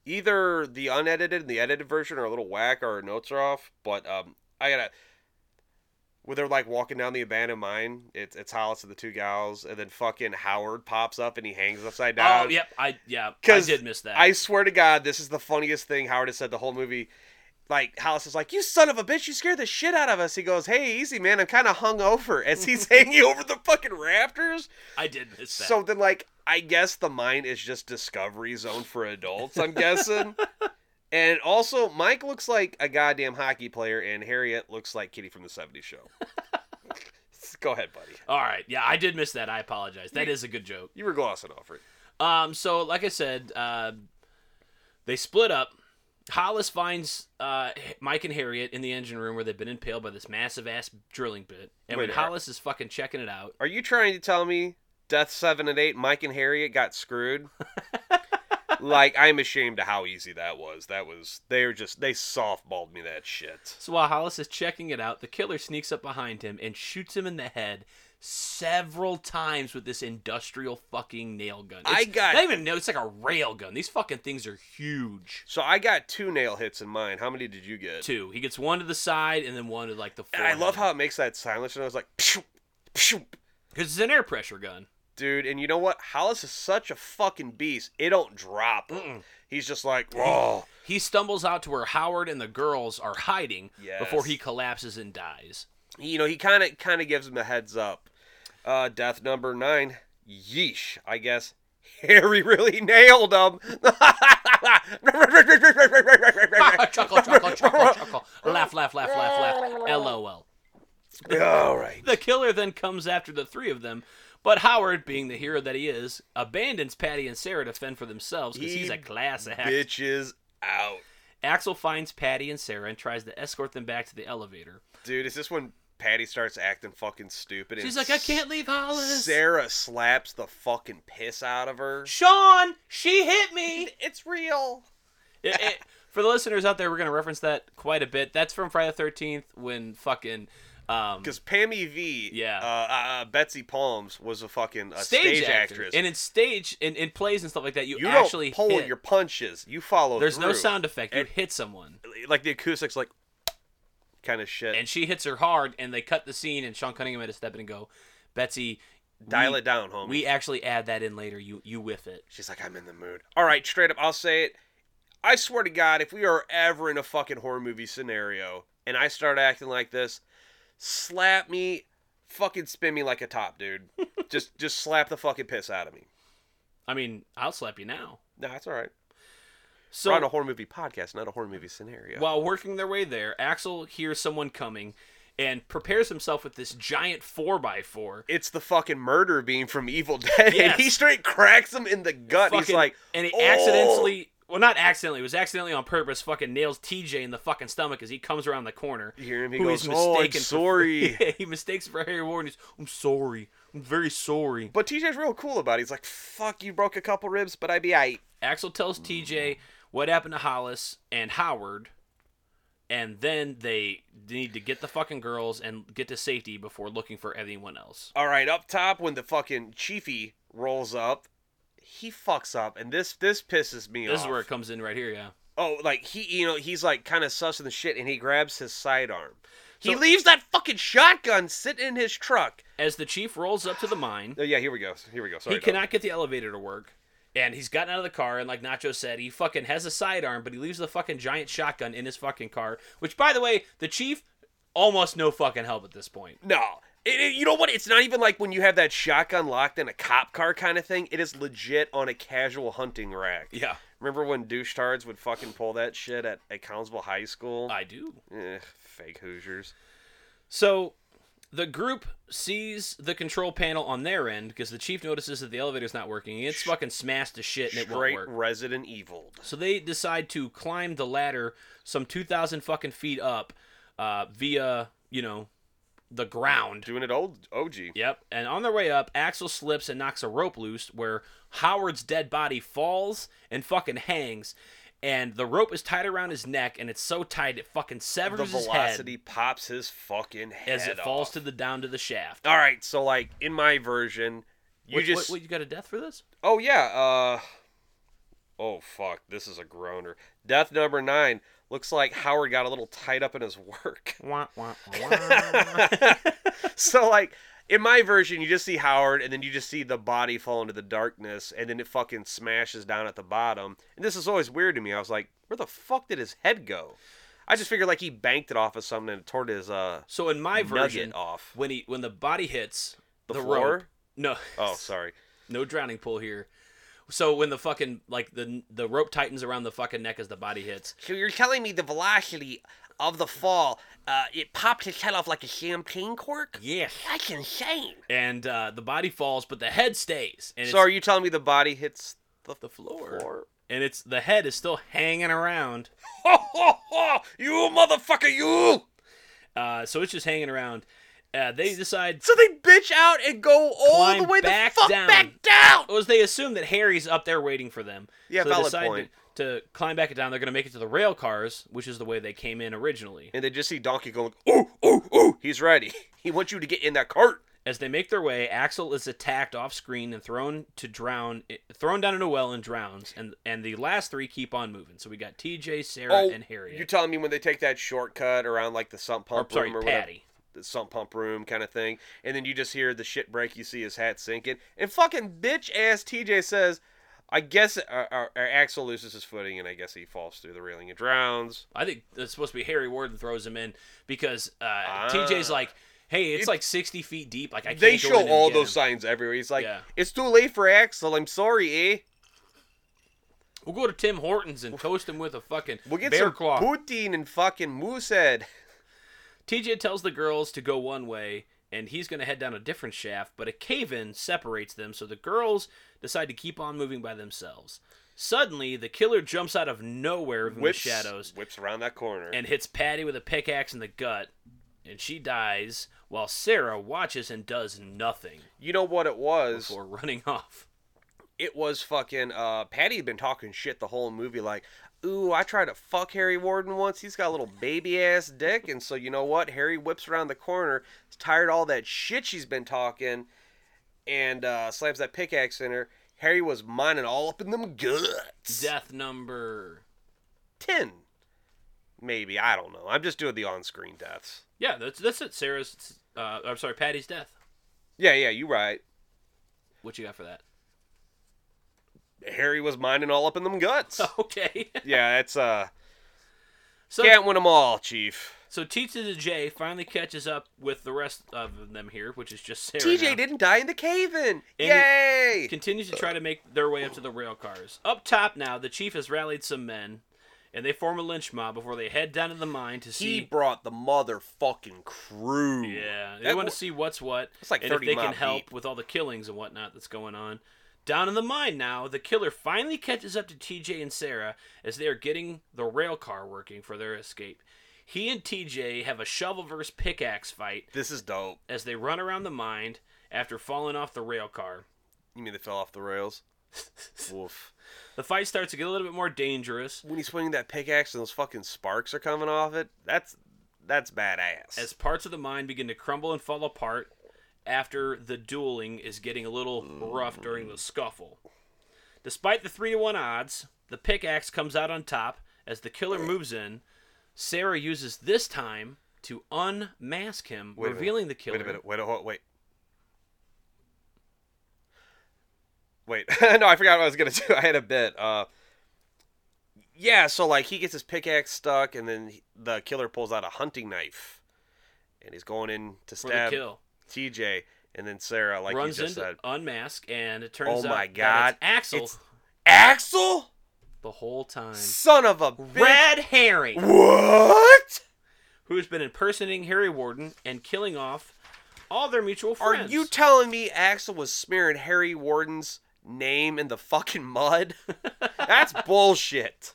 either the unedited and the edited version are a little whack, or our notes are off. But um, I gotta. Where they're like walking down the abandoned mine, it's it's Hollis and the two gals, and then fucking Howard pops up and he hangs upside down. oh, yep. I yeah, I 'Cause did miss that. I swear to God, this is the funniest thing Howard has said the whole movie. Like Hollis is like, "You son of a bitch! You scared the shit out of us." He goes, "Hey, easy, man. I'm kind of hung over." As he's hanging over the fucking rafters. I did miss that. So then, like, I guess the mine is just Discovery Zone for adults. I'm guessing. and also, Mike looks like a goddamn hockey player, and Harriet looks like Kitty from the '70s show. Go ahead, buddy. All right. Yeah, I did miss that. I apologize. That is a good joke. You were glossing over it. Um, so like I said, uh, they split up. Hollis finds uh, H- Mike and Harriet in the engine room where they've been impaled by this massive ass drilling bit. And Wait, when are- Hollis is fucking checking it out, Are you trying to tell me Death 7 and 8, Mike and Harriet got screwed? like, I'm ashamed of how easy that was. That was, they were just, they softballed me that shit. So while Hollis is checking it out, the killer sneaks up behind him and shoots him in the head several times with this industrial fucking nail gun. I It's got- not even no, it's like a rail gun. These fucking things are huge. So I got two nail hits in mine. How many did you get? Two. He gets one to the side and then one to like the. And I love forehead. how it makes that silence, and I was like, pshoop, pshoop. because it's an air pressure gun. Dude, and you know what? Hollis is such a fucking beast. It don't drop. He's just like, whoa. He stumbles out to where Howard and the girls are hiding Yes. before he collapses and dies. you know, he kind of kind of gives him a heads up. Uh, death number nine. Yeesh. I guess Harry really nailed him. chuckle, chuckle, chuckle, chuckle. Laugh, laugh, laugh, laugh, laugh. LOL. All right. The killer then comes after the three of them, but Howard, being the hero that he is, abandons Patty and Sarah to fend for themselves because He he's a class act. Bitches out. Axel finds Patty and Sarah and tries to escort them back to the elevator. Dude, is this when Patty starts acting fucking stupid? and She's like, I can't leave Hollis. Sarah slaps the fucking piss out of her. Sean, she hit me. It's real. It- it- for the listeners out there, we're going to reference that quite a bit. That's from Friday the 13th when fucking. Um, Because Pammy V, Yeah. uh, uh, uh, Betsy Palms was a fucking a stage, stage, actor. actress. And in stage, in, in plays and stuff like that, you, you actually don't pull hit. your punches. You follow. There's no through. sound effect. You hit someone. like the acoustics like kind of shit. and she hits her hard, and they cut the scene, and Sean Cunningham had to step in and go, Betsy, Dial we, it down, homie. We actually add that in later. You you whiff it. She's like, I'm in the mood. All right, straight up, I'll say it. I swear to God, if we are ever in a fucking horror movie scenario and I start acting like this, slap me, fucking spin me like a top, dude. just just slap the fucking piss out of me. I mean, I'll slap you now. No, that's all right. So We're on a horror movie podcast, not a horror movie scenario. while working their way there, Axel hears someone coming, and prepares himself with this giant four x four. it's the fucking murder beam from Evil Dead, and Yes. he straight cracks him in the gut. Fucking, He's like, and he "Oh." accidentally. Well, not accidentally. It was accidentally on purpose. Fucking nails TJ in the fucking stomach as he comes around the corner. You hear him? He who goes, he's "Oh, I'm mistaken for- sorry." Yeah, he mistakes for Harry Warren. He's, I'm sorry. I'm very sorry. But TJ's real cool about it. He's like, fuck, you broke a couple ribs, but I be aight. Axel tells TJ what happened to Hollis and Howard, and then they need to get the fucking girls and get to safety before looking for anyone else. All right, up top when the fucking chiefy rolls up, he fucks up, and this this pisses me off. This is where it comes in right here, yeah. oh, like he you know he's like kind of sussing the shit, and he grabs his sidearm. He leaves that fucking shotgun sitting in his truck. As the chief rolls up to the mine, Oh, yeah, here we go. Here we go. Sorry. he Doc. cannot get the elevator to work. And he's gotten out of the car, and like Nacho said, he fucking has a sidearm, but he leaves the fucking giant shotgun in his fucking car. Which, by the way, the chief almost no fucking help at this point. No. It, it- you know what? It's not even like when you have that shotgun locked in a cop car kind of thing. It is legit on a casual hunting rack. Yeah. Remember when douchetards would fucking pull that shit at, at Collinsville High School? I do. Eh, fake Hoosiers. So the group sees the control panel on their end because the chief notices that the elevator's not working. It's fucking smashed to shit and it won't Straight work. Resident Evil. So they decide to climb the ladder some 2,000 fucking feet up uh, via, you know, the ground. Doing it old OG. Yep. And on their way up, Axel slips and knocks a rope loose where Howard's dead body falls and fucking hangs. And the rope is tied around his neck and it's so tight it fucking severs The his velocity pops his fucking head head as it falls off. to the down to the shaft. All right, so like in my version, you Wait, just wait, wait, you got a death for this? Oh yeah, uh Oh fuck, this is a groaner. Death number 9 looks like Howard got a little tied up in his work. Oh, so like in my version, you just see Howard, and then you just see the body fall into the darkness, and then it fucking smashes down at the bottom. And this is always weird to me. I was like, where the fuck did his head go? I just figured like he banked it off of something and tore his uh so in my version, nugget off when he when the body hits the, the, floor. rope, no, Oh, sorry. no drowning pool here. So when the fucking like the the rope tightens around the fucking neck as the body hits, So you're telling me the velocity of the fall, uh, it popped his head off like a champagne cork? yes, That's insane. and uh, the body falls, but the head stays. And it's So are you telling me the body hits the, the floor. floor? and it's the head is still hanging around. Ho ho ho! You motherfucker, you! Uh, so it's just hanging around. Uh, they decide So they bitch out and go all the Climb way the back fuck down. back down. was they assume that Harry's up there waiting for them. Yeah, so they valid decide to- point. To, climb back and down, they're going to make it to the rail cars, which is the way they came in originally. And they just see Donkey going, ooh, ooh, ooh. He's ready. He wants you to get in that cart. As they make their way, Axel is attacked off screen and thrown to drown, thrown down in a well and drowns. And and the last three keep on moving. So we got T.J., Sarah, oh, and Harriet. you telling me when they take that shortcut around like the sump or, pump sorry, room or whatever, Patty. the sump pump room kind of thing, and then you just hear the shit break. You see his hat sinking, and fucking bitch ass TJ says, "I guess uh, uh, uh, Axel loses his footing, and I guess he falls through the railing and drowns." I think it's supposed to be Harry Warden throws him in because uh, T.J.'s like, "Hey, Ah. it's It- like sixty feet deep. Like I can't They go in show and all get those him." signs everywhere. He's like, Yeah. "It's too late for Axel. I'm sorry, eh?" We'll go to Tim Hortons and toast him with a fucking We'll get bear some claw. poutine and fucking moose head. TJ tells the girls to go one way, and he's going to head down a different shaft, but a cave in separates them, so the girls decide to keep on moving by themselves. Suddenly, the killer jumps out of nowhere from Whips the shadows Whips around that corner. and hits Patty with a pickaxe in the gut, and she dies, while Sarah watches and does nothing you know what it was? before running off. It was fucking uh Patty had been talking shit the whole movie like, "Ooh, I tried to fuck Harry Warden once. He's got a little baby ass dick." And so you know what? Harry whips around the corner, is tired of all that shit she's been talking and uh slams that pickaxe in her. Harry was mining all up in them guts. Death number. 10. Maybe, I don't know. I'm just doing the on-screen deaths. Yeah, that's, that's it. Sarah's. Uh, I'm sorry, Patty's death. Yeah, yeah, you right. What you got for that? Harry was mining all up in them guts. Okay. yeah, that's uh so can't win them all, Chief. So T to the J finally catches up with the rest of them here, which is just Sarah. TJ now. didn't die in the cave-in. he- Yay! continues to try to make their way up to the rail cars. Up top now, the chief has rallied some men, and they form a lynch mob before they head down to the mine to he see. brought the motherfucking crew. Yeah, they That want to wa- see what's what. It's like and if 30 they can mob help deep. with all the killings and whatnot that's going on. Down in the mine now, the killer finally catches up to TJ and Sarah as they are getting the rail car working for their escape. He and TJ have a shovel versus pickaxe fight This is dope. as they run around the mine after falling off the rail car. You mean they fell off the rails? Woof. The fight starts to get a little bit more dangerous When he's swinging that pickaxe and those fucking sparks are coming off it, that's that's badass. as parts of the mine begin to crumble and fall apart after the dueling is getting a little rough during the scuffle. Despite the 3 to 1 odds, the pickaxe comes out on top as the killer moves in. Sarah uses this time to unmask him, Wait a minute. revealing the killer. Wait a minute. Wait. a ho- Wait. Wait. no, I forgot what I was gonna do. I had a bit. Uh, yeah. So like, he gets his pickaxe stuck, and then he- the killer pulls out a hunting knife, and he's going in to for the stab kill. TJ, and then Sarah, like Runs you in just said, to unmask, and it turns Oh out my that God. it's Axel It's- Axel, the whole time. son of a bitch. Red herring. What? who's been impersonating Harry Warden and killing off all their mutual Are friends. you telling me Axel was smearing Harry Warden's name in the fucking mud? That's bullshit.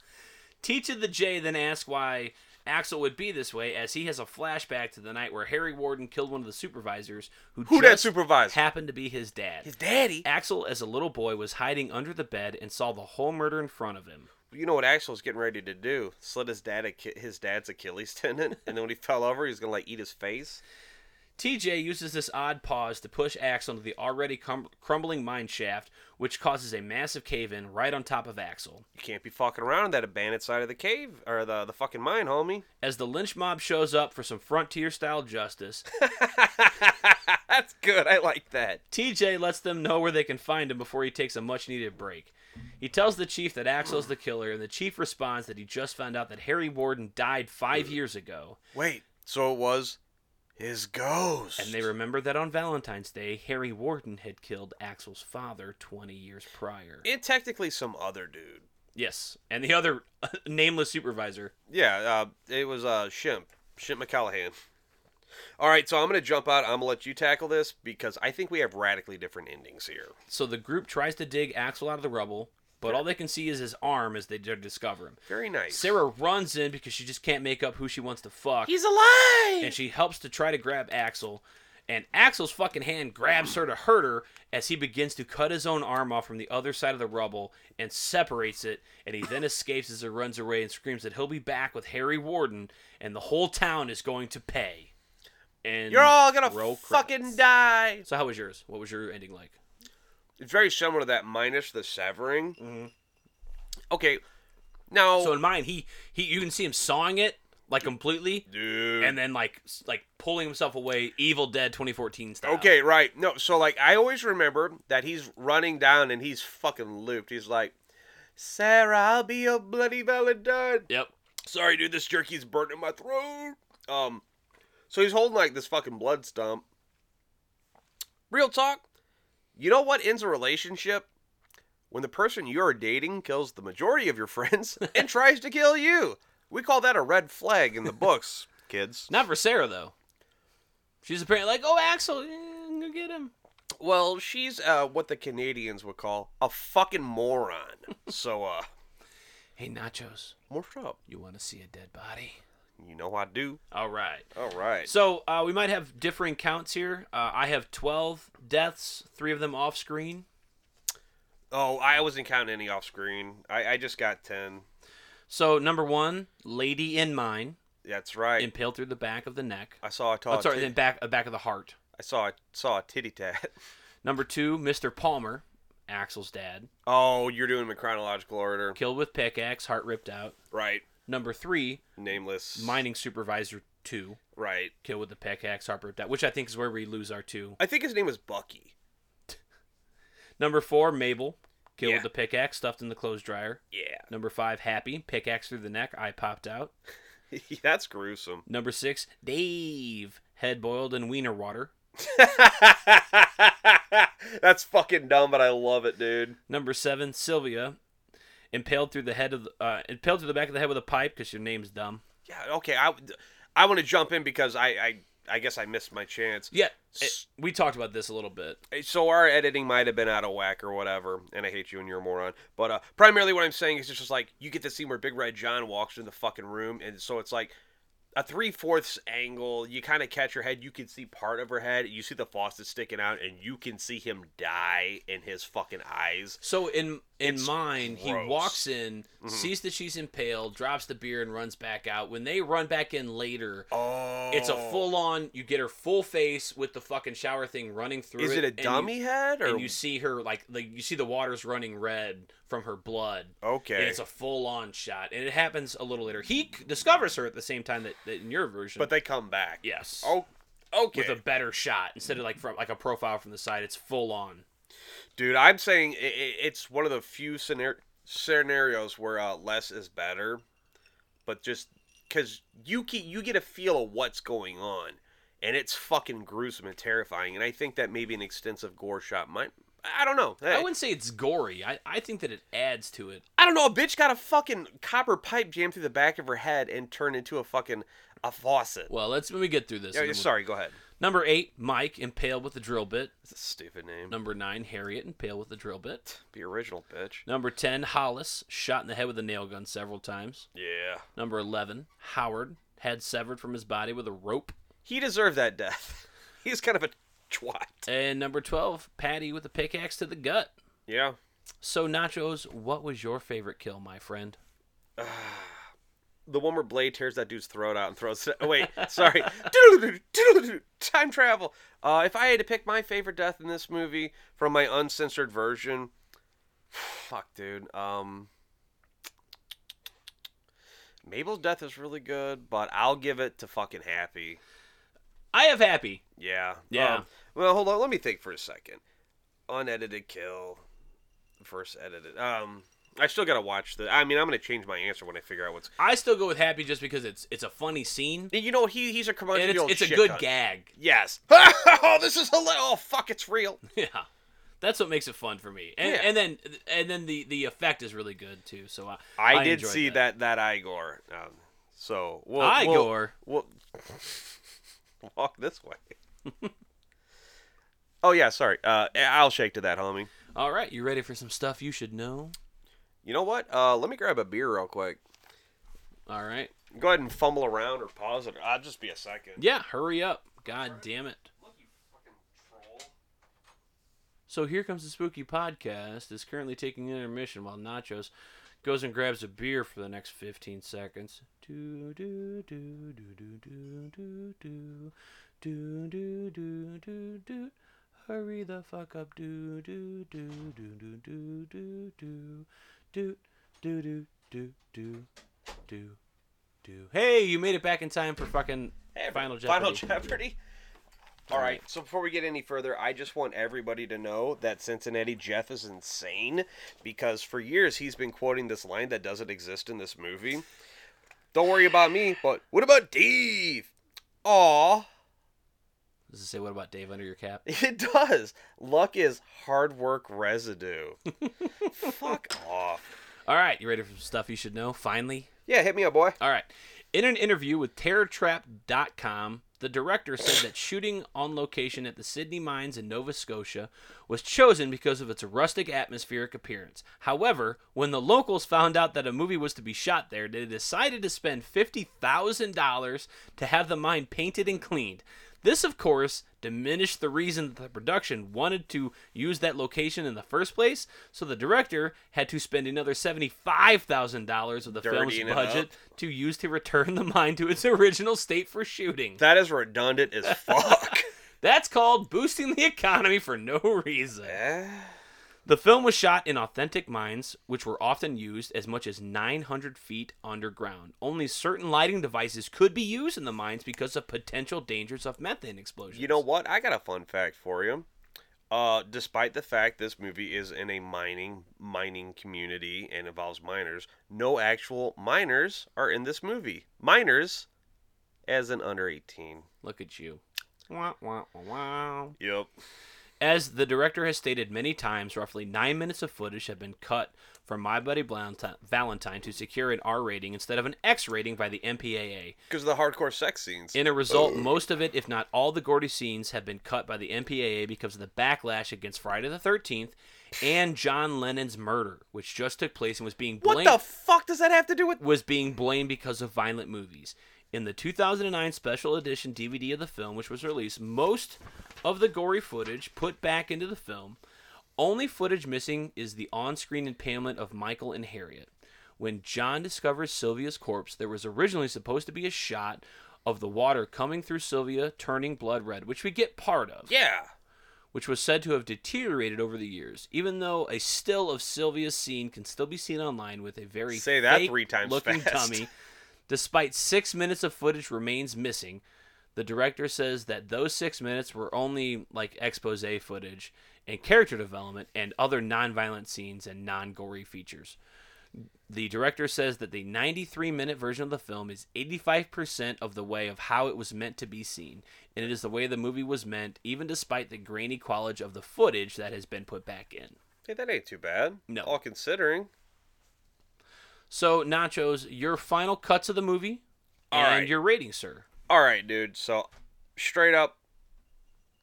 Teach of the J then asks why Axel would be this way, as he has a flashback to the night where Harry Warden killed one of the supervisors who, Who that just supervised? happened to be his dad. His daddy. Axel, as a little boy, was hiding under the bed and saw the whole murder in front of him. You know what Axel's getting ready to do? Slit his dad, Achi- his dad's Achilles tendon, and then when he fell over, he's gonna like eat his face. TJ uses this odd pause to push Axel into the already crum- crumbling mine shaft, which causes a massive cave in right on top of Axel. You can't be fucking around on that abandoned side of the cave or the the fucking mine, homie. As the lynch mob shows up for some frontier style justice, That's good. I like that. TJ lets them know where they can find him before he takes a much needed break. He tells the chief that Axel's the killer, and the chief responds that he just found out that Harry Warden died five years ago, Wait. So it was his ghost. and they remember that on Valentine's Day, Harry Warden had killed Axel's father 20 years prior. and technically some other dude. yes, and the other nameless supervisor. Yeah, uh, it was uh, Shimp. Shimp McCallahan. All right, so I'm going to jump out. I'm going to let you tackle this because I think we have radically different endings here. So the group tries to dig Axel out of the rubble, but all they can see is his arm as they try to discover him. Very nice. Sarah runs in because she just can't make up who she wants to fuck. He's alive! and she helps to try to grab Axel. And Axel's fucking hand grabs her to hurt her as he begins to cut his own arm off from the other side of the rubble and separates it. And he then escapes as he runs away and screams that he'll be back with Harry Warden and the whole town is going to pay. And You're all going roll to credits. fucking die! So how was yours? What was your ending like? It's very similar to that minus the severing. Okay, now... So in mine, he he you can see him sawing it like completely, dude. and then like s- like pulling himself away, Evil Dead 2014 style. Okay, right. No, so like I always remember that he's running down and he's fucking looped. He's like, Sarah, I'll be your bloody valentine. Yep. sorry dude this jerky's burning my throat um so he's holding like this fucking blood stump real talk you know what ends a relationship when the person you are dating kills the majority of your friends and tries to kill you we call that a red flag in the books kids Not for Sarah though. She's apparently like, "Oh, Axel, eh, I'm gonna get him." well she's uh what the canadians would call a fucking moron so uh Hey, Nachos, more up you want to see a dead body? you know i do All right. all right So uh, we might have differing counts here. Uh, I have twelve deaths, three of them off screen. oh i wasn't counting any off screen i i just got 10 So number one, lady in mine, that's right impaled through the back of the neck. I saw a tall. Oh, sorry, tit- then back uh, back of the heart. I saw a, saw a titty tat. Number two, Mr. Palmer, Axel's dad, Oh, you're doing them in chronological order, killed with pickaxe, heart ripped out. right? Number three, Nameless. mining supervisor two, Right. killed with the pickaxe, heart ripped out, which I think is where we lose our two. I think his name was Bucky. Number four, Mabel, killed Yeah. with the pickaxe, stuffed in the clothes dryer. Yeah. Number five, Happy, pickaxe through the neck, eye popped out. That's gruesome. Number six, Dave, head boiled in wiener water. That's fucking dumb, but I love it, dude. Number seven, Sylvia, impaled through the head of the, uh, impaled through the back of the head with a pipe because your name's dumb. Yeah. Okay. I I want to jump in because I I I guess I missed my chance. Yeah, S- we talked about this a little bit. so our editing might have been out of whack or whatever, and I hate you and you're a moron. But uh, primarily, what I'm saying is it's just like you get the scene where Big Red John walks into the fucking room, and so it's like a three fourths angle. You kind of catch her head. You can see part of her head. You see the faucet sticking out, and you can see him die in his fucking eyes. So in in mine, gross. he walks in, Mm-hmm. sees that she's impaled, drops the beer, and runs back out. When they run back in later, Oh, it's a full on. You get her full face with the fucking shower thing running through. Is it a and you- dummy head or and you see her like like you see the water's running red from her blood. And okay? it's a full on shot, and it happens a little later. He c- discovers her at the same time that, that in your version, but they come back. yes, Oh, okay. with a better shot instead of like from like a profile from the side. It's full on. Dude, I'm saying i i it's one of the few scenar- scenarios where uh, less is better, but just because you get you get a feel of what's going on, and it's fucking gruesome and terrifying. And I think that maybe an extensive gore shot might. I I don't know. I I, wouldn't say it's gory. I, I think that it adds to it. I don't know. A bitch got a fucking copper pipe jammed through the back of her head and turned into a fucking a faucet. Well, let's when we get through this. Yeah, and then we'll- sorry, go ahead. Number eight, Mike impaled with a drill bit. It's a stupid name. Number nine, Harriet impaled with a drill bit. Be original, bitch. Number ten, Hollis shot in the head with a nail gun several times. Yeah. Number eleven, Howard head severed from his body with a rope. He deserved that death. He's kind of a twat. And number twelve, Patty with a pickaxe to the gut. Yeah. So Nachos, what was your favorite kill, my friend? the one where Blade tears that dude's throat out and throws it. oh, Wait, sorry. Time travel. Uh, if I had to pick my favorite death in this movie from my uncensored version, fuck, dude. Um, Mabel's death is really good, but I'll give it to fucking Happy. I have happy. Yeah. Yeah. Um, well, hold on. Let me think for a second. Unedited kill versus edited. Um, I still gotta watch the. I mean, I'm gonna change my answer when I figure out what's. I still go with happy just because it's it's a funny scene You know, he he's a and curmudgeon. it's it's a good game. gag. Yes. oh, this is hilarious. Oh, fuck, it's real. Yeah. That's what makes it fun for me. And, Yeah. and then and then the the effect is really good too. So I I, did enjoyed see that that, Igor. Um, so we'll, we'll, Igor. we'll walk this way. oh yeah, sorry. Uh, I'll shake to that, homie. All right, you ready for some stuff you should know? You know what? Uh, let me grab a beer real quick. All right. Go ahead and fumble around or pause it. I'll just be a second. Yeah, hurry up. God damn it. So here comes the spooky podcast. Is currently taking an intermission while Nachos goes and grabs a beer for the next 15 seconds. Do do do do do do do do do do do do do. Hurry the fuck up. Do do do do do do do do do do do do do do do. Hey, you made it back in time for fucking Hey, Final Final Jeopardy. Jeopardy. All right. So before we get any further, I just want everybody to know that Cincinnati Jeff is insane because for years he's been quoting this line that doesn't exist in this movie. Don't worry about me, but what about Dave? Aw, Does it say what about Dave under your cap? it does. Luck is hard work residue. Fuck off. All right, you ready for some stuff you should know? Finally. Yeah, hit me up, boy. All right. In an interview with TerrorTrap.com, the director said that shooting on location at the Sydney Mines in Nova Scotia was chosen because of its rustic atmospheric appearance. However, when the locals found out that a movie was to be shot there, they decided to spend $50,000 to have the mine painted and cleaned. This, of course, diminished the reason that the production wanted to use that location in the first place, so the director had to spend another $75,000 of the film's Dirtying it budget to use to return the mine to its original state for shooting. That is redundant as fuck. That's called boosting the economy for no reason. Eh? The film was shot in authentic mines, which were often used as much as 900 feet underground. Only certain lighting devices could be used in the mines because of potential dangers of methane explosions. You know what? I got a fun fact for you. Uh, despite the fact this movie is in a mining mining community and involves miners, no actual miners are in this movie. Miners, as in under eighteen. Look at you. Wah, wah, wah, wah. Yep. As the director has stated many times, roughly nine minutes of footage have been cut from My Buddy Blanti- Valentine to secure an R rating instead of an X rating by the MPAA. Because of the hardcore sex scenes. In a result, most of it, if not all the Gordy scenes, have been cut by the MPAA because of the backlash against Friday the 13th and John Lennon's murder, which just took place and was being what blamed the fuck does that have to do with? was being blamed because of violent movies. In the 2009 special edition DVD of the film, which was released, most of the gory footage put back into the film. Only footage missing is the on screen impalement of Michael and Harriet. When John discovers Sylvia's corpse, there was originally supposed to be a shot of the water coming through Sylvia, turning blood red, which we get part of Yeah. which was said to have deteriorated over the years, even though a still of Sylvia's scene can still be seen online with a very Say that fake three times looking fast. tummy. Despite six minutes of footage remains missing, the director says that those six minutes were only like expose footage and character development and other non-violent scenes and non-gory features. The director says that the 93 minute version of the film is 85% of the way of how it was meant to be seen, and it is the way the movie was meant, even despite the grainy quality of the footage that has been put back in. Hey, that ain't too bad. No. All considering. So, Nachos, your final cuts of the movie All and right. your rating, sir. All right, dude. So, straight up,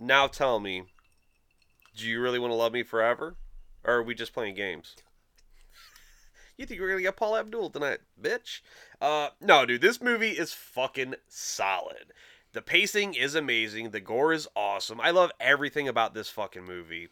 now tell me, do you really want to love me forever, or are we just playing games? You think we're gonna get Paul Abdul tonight, bitch? Uh, no, dude. This movie is fucking solid. The pacing is amazing. The gore is awesome. I love everything about this fucking movie.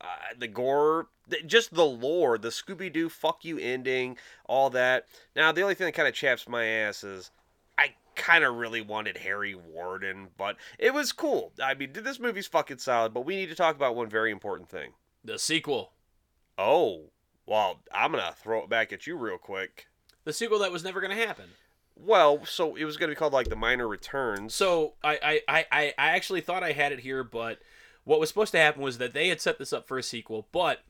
Uh, the gore, th- just the lore, the Scooby Doo fuck you ending, all that. Now, the only thing that kind of chaps my ass is I kind of really wanted Harry Warden, but it was cool. I mean, th- this movie's fucking solid, but we need to talk about one very important thing. The sequel. Oh, well, I'm going to throw it back at you real quick. The sequel that was never going to happen. Well, so it was going to be called like The Minor Returns. So, I, I, I, I I actually thought I had it here, but what was supposed to happen was that they had set this up for a sequel, but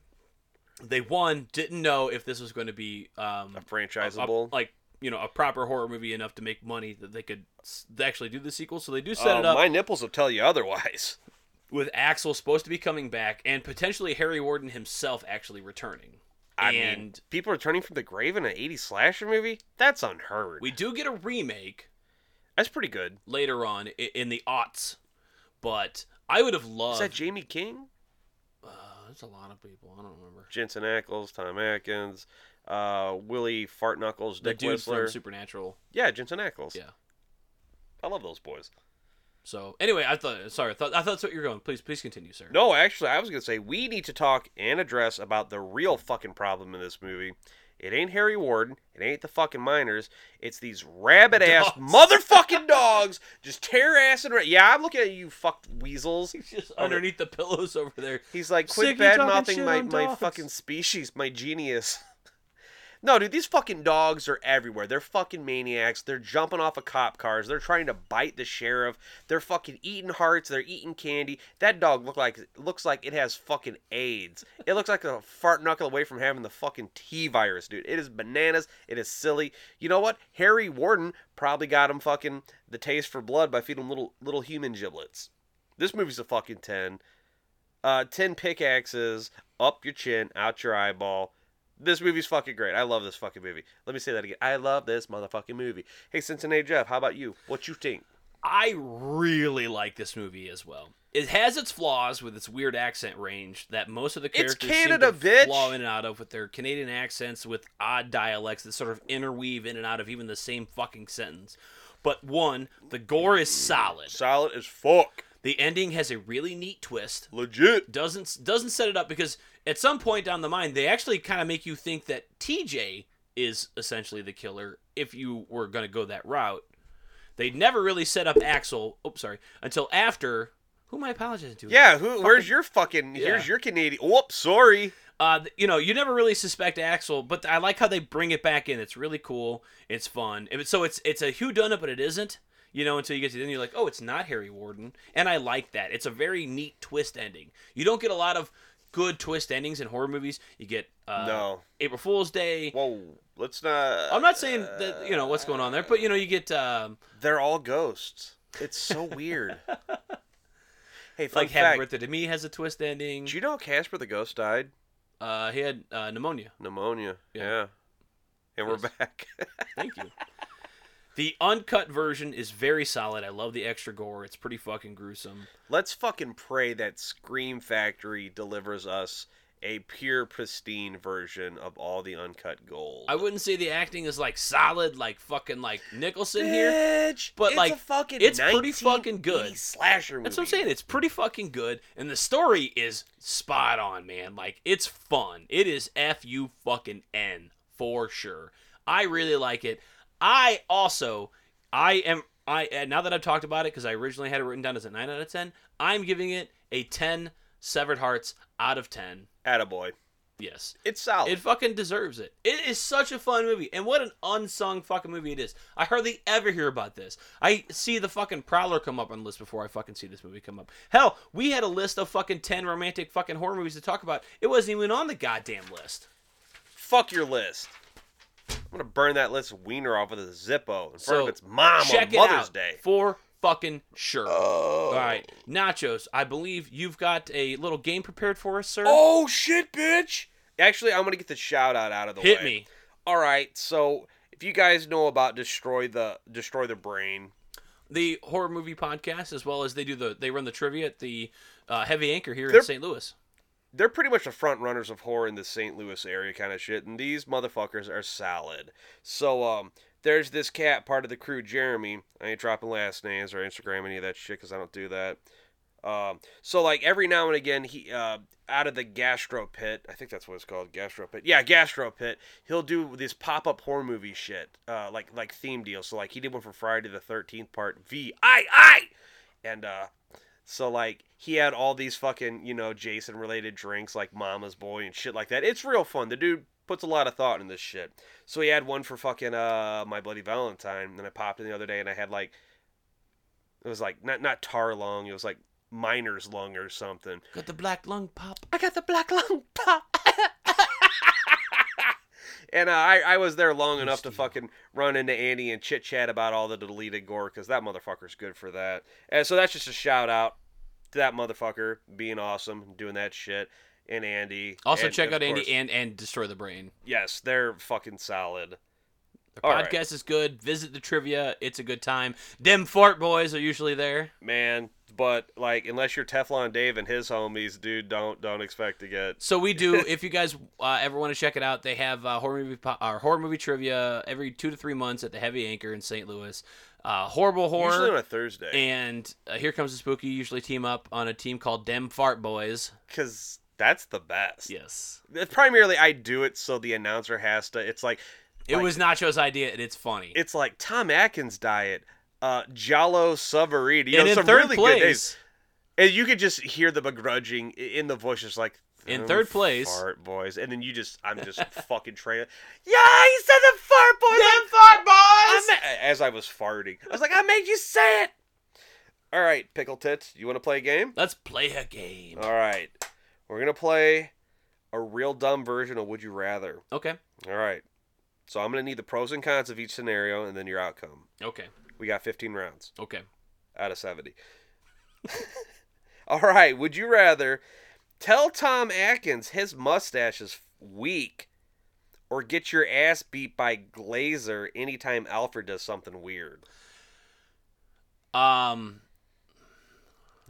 they, one, didn't know if this was going to be. Um, a a- franchisable. like you know a proper horror movie enough to make money that they could s- actually do the sequel. So they do set Uh, it up My nipples will tell you otherwise. with Axel supposed to be coming back and potentially Harry Warden himself actually returning. I and mean, people returning from the grave in an 80s slasher movie? That's unheard. we do get a remake That's pretty good. later on i- in the aughts, but I would have Is loved. that Jamie King? uh, there's a lot of people. I don't remember. Jensen Ackles, Tom Atkins, uh, Willie Fart Knuckles, The Dick dude Whistler. from Supernatural. Yeah, Jensen Ackles. Yeah. I love those boys. So anyway, I thought. Sorry, I thought, I thought that's what you're going. Please, please continue, sir. No, actually, I was gonna say we need to talk and address about the real fucking problem in this movie. It ain't Harry Warden. It ain't the fucking miners. It's these rabbit ass Dogs. motherfucking dogs just tear ass and ra- yeah. I'm looking at you, fucked weasels. Just underneath the pillows over there. He's like, Sick quit of you bad talking mouthing shit my, on my dogs." fucking species, my genius. no, dude, these fucking dogs are everywhere. They're fucking maniacs. They're jumping off of cop cars. They're trying to bite the sheriff. They're fucking eating hearts. They're eating candy. That dog look like looks like it has fucking AIDS. It looks like a fart knuckle away from having the fucking T virus, dude. It is bananas. It is silly. You know what? Harry Warden probably got him fucking the taste for blood by feeding him little little human giblets. This movie's a fucking ten uh, 10 pickaxes up your chin, out your eyeball. This movie's fucking great. I love this fucking movie. Let me say that again. I love this motherfucking movie. Hey, Cincinnati Jeff, how about you? What you think? I really like this movie as well. It has its flaws with its weird accent range that most of the characters It's seem Canada, to bitch! flaw in and out of with their Canadian accents with odd dialects that sort of interweave in and out of even the same fucking sentence. But one, the gore is solid. Solid as fuck. The ending has a really neat twist. Legit. Doesn't doesn't set it up because at some point down the line they actually kind of make you think that TJ is essentially the killer if you were going to go that route. They never really set up Axel. Oh, sorry. Until after. Who am I apologizing to? Yeah, who where's your fucking Yeah. here's your Canadian whoops, sorry. Uh, th- you know, you never really suspect Axel, but I like how they bring it back in. It's really cool. It's fun. It- so it's it's a who done it, but it isn't. You know, until you get to the end, you're like, oh, it's not Harry Warden, and I like that. It's a very neat twist ending. You don't get a lot of good twist endings in horror movies. You get uh, No. April Fool's Day. Whoa. Let's not I'm not saying that you know what's going on there, but you know, you get um, They're all ghosts. It's so weird. hey, fun like Happy fact. Birthday to Me has a twist ending. Did you know Casper the ghost died? Uh, he had uh, pneumonia. Pneumonia. Yeah. Yeah. And we're Yes. back. Thank you. the uncut version is very solid. I love the extra gore. It's pretty fucking gruesome. Let's fucking pray that Scream Factory delivers us a pure pristine version of all the uncut gold. I wouldn't say the acting is like solid, like fucking like Nicholson Eh. here. Bitch, but, it's like, a fucking it's pretty fucking good. 1980 slasher movie. That's what I'm saying. It's pretty fucking good, and the story is spot on, man. Like it's fun. It is f u fucking n for sure. I really like it. I also, I am. I and now that I've talked about it because I originally had it written down as a nine out of ten. I'm giving it a ten severed hearts out of ten. Attaboy. Yes, It's solid. it fucking deserves it. It is such a fun movie, and what an unsung fucking movie it is. I hardly ever hear about this. I see the fucking Prowler come up on the list before I fucking see this movie come up. Hell, we had a list of fucking ten romantic fucking horror movies to talk about. It wasn't even on the goddamn list. Fuck your list. I'm gonna burn that list of wiener off with a Zippo in front So of its mom Check on it Mother's out Day. Oh. for fucking sure. All right, Nachos. I believe you've got a little game prepared for us, sir. Oh shit, bitch! Actually, I'm gonna get the shout out out of the Hit way. me. All right, so if you guys know about destroy the destroy the brain, The horror movie podcast, as well as they do the they run the trivia at the uh, Heavy Anchor here in They're- St. Louis. they're pretty much the front runners of horror in the St. Louis area kind of shit, and these motherfuckers are solid. So um, there's this cat part of the crew, Jeremy. I ain't dropping last names or Instagram any of that shit because I don't do that. Um, so like every now and again, he uh, out of the gastro pit. I think that's what it's called, gastro pit. Yeah, gastro pit. He'll do this pop up horror movie shit, uh, like like theme deals. So like he did one for Friday the Thirteenth Part V I I, and uh, so like he had all these fucking you know Jason related drinks like Mama's Boy and shit like that. It's real fun. The dude puts a lot of thought into this shit. So he had one for fucking uh My Bloody Valentine. And then I popped in the other day and I had like it was like not not tar lung. It was like miner's lung or something. Got the black lung pop. I got the black lung pop. And uh, I, I was there long enough to fucking run into Andy and chit chat about all the deleted gore because that motherfucker's good for that. And so that's just a shout out to that motherfucker being awesome, doing that shit, and Andy. Also, And, check of out Andy course- and and Destroy the Brain. yes, they're fucking solid. The All podcast right. is good. Visit the trivia; it's a good time. Dem fart boys are usually there. man. But like, unless you're Teflon Dave and his homies, dude, don't don't expect to get. So we do. if you guys uh, ever want to check it out, they have uh, horror movie po- or horror movie trivia every two to three months at the Heavy Anchor in St. Louis. Uh, horrible horror. Usually on a Thursday, and uh, here comes the spooky. Usually team up on a team called Dem Fart Boys. because that's the best. Yes, Primarily, I do it so the announcer has to. It's like it Like- was Nacho's idea, and it's funny. it's like Tom Atkins diet, uh, Jalo Savariti. You and know, in some third really good names. place, And you could just hear the begrudging i- in the voice, just like In "Oh, third place- fart boys. And then you just, I'm just fucking train. Yeah, he said the fart boys. I'm- I Fart Boys. ma- as I was farting, I was like, I made you say it. All right, pickle tits, you want to play a game? Let's play a game. All right, we're gonna play a real dumb version of Would You Rather. Okay. All right, so I'm gonna need the pros and cons of each scenario and then your outcome. Okay. We got 15 rounds Okay. out of 70. All right, would you rather tell Tom Atkins his mustache is weak or get your ass beat by Glazer anytime Alfred does something weird? Um.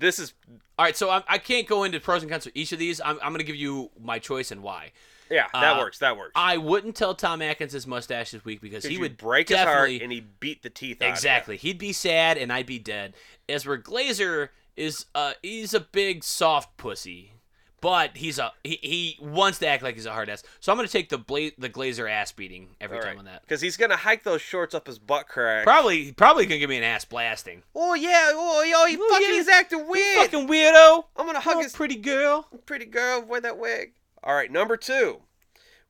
This is All right, so I, I can't go into pros and cons for each of these. I'm, I'm going to give you my choice and why. yeah, that Uh, works, that works. I wouldn't tell Tom Atkins his mustache is weak because 'Cause he you would break his heart definitely, and he beat the teeth out of you. exactly. He'd be sad and I'd be dead. As for Glazer is uh he's a big soft pussy, but he's a he, he wants to act like he's a hard ass. So I'm going to take the bla- the Glazer ass beating every All time right. on that. Cuz he's going to hike those shorts up his butt crack. Probably probably going to give me an ass blasting. oh yeah, oh yo, he Oh, fucking yeah. he's acting weird. Fucking weirdo. I'm going to hug Oh, his pretty girl. pretty girl, wear that wig. All right, number two.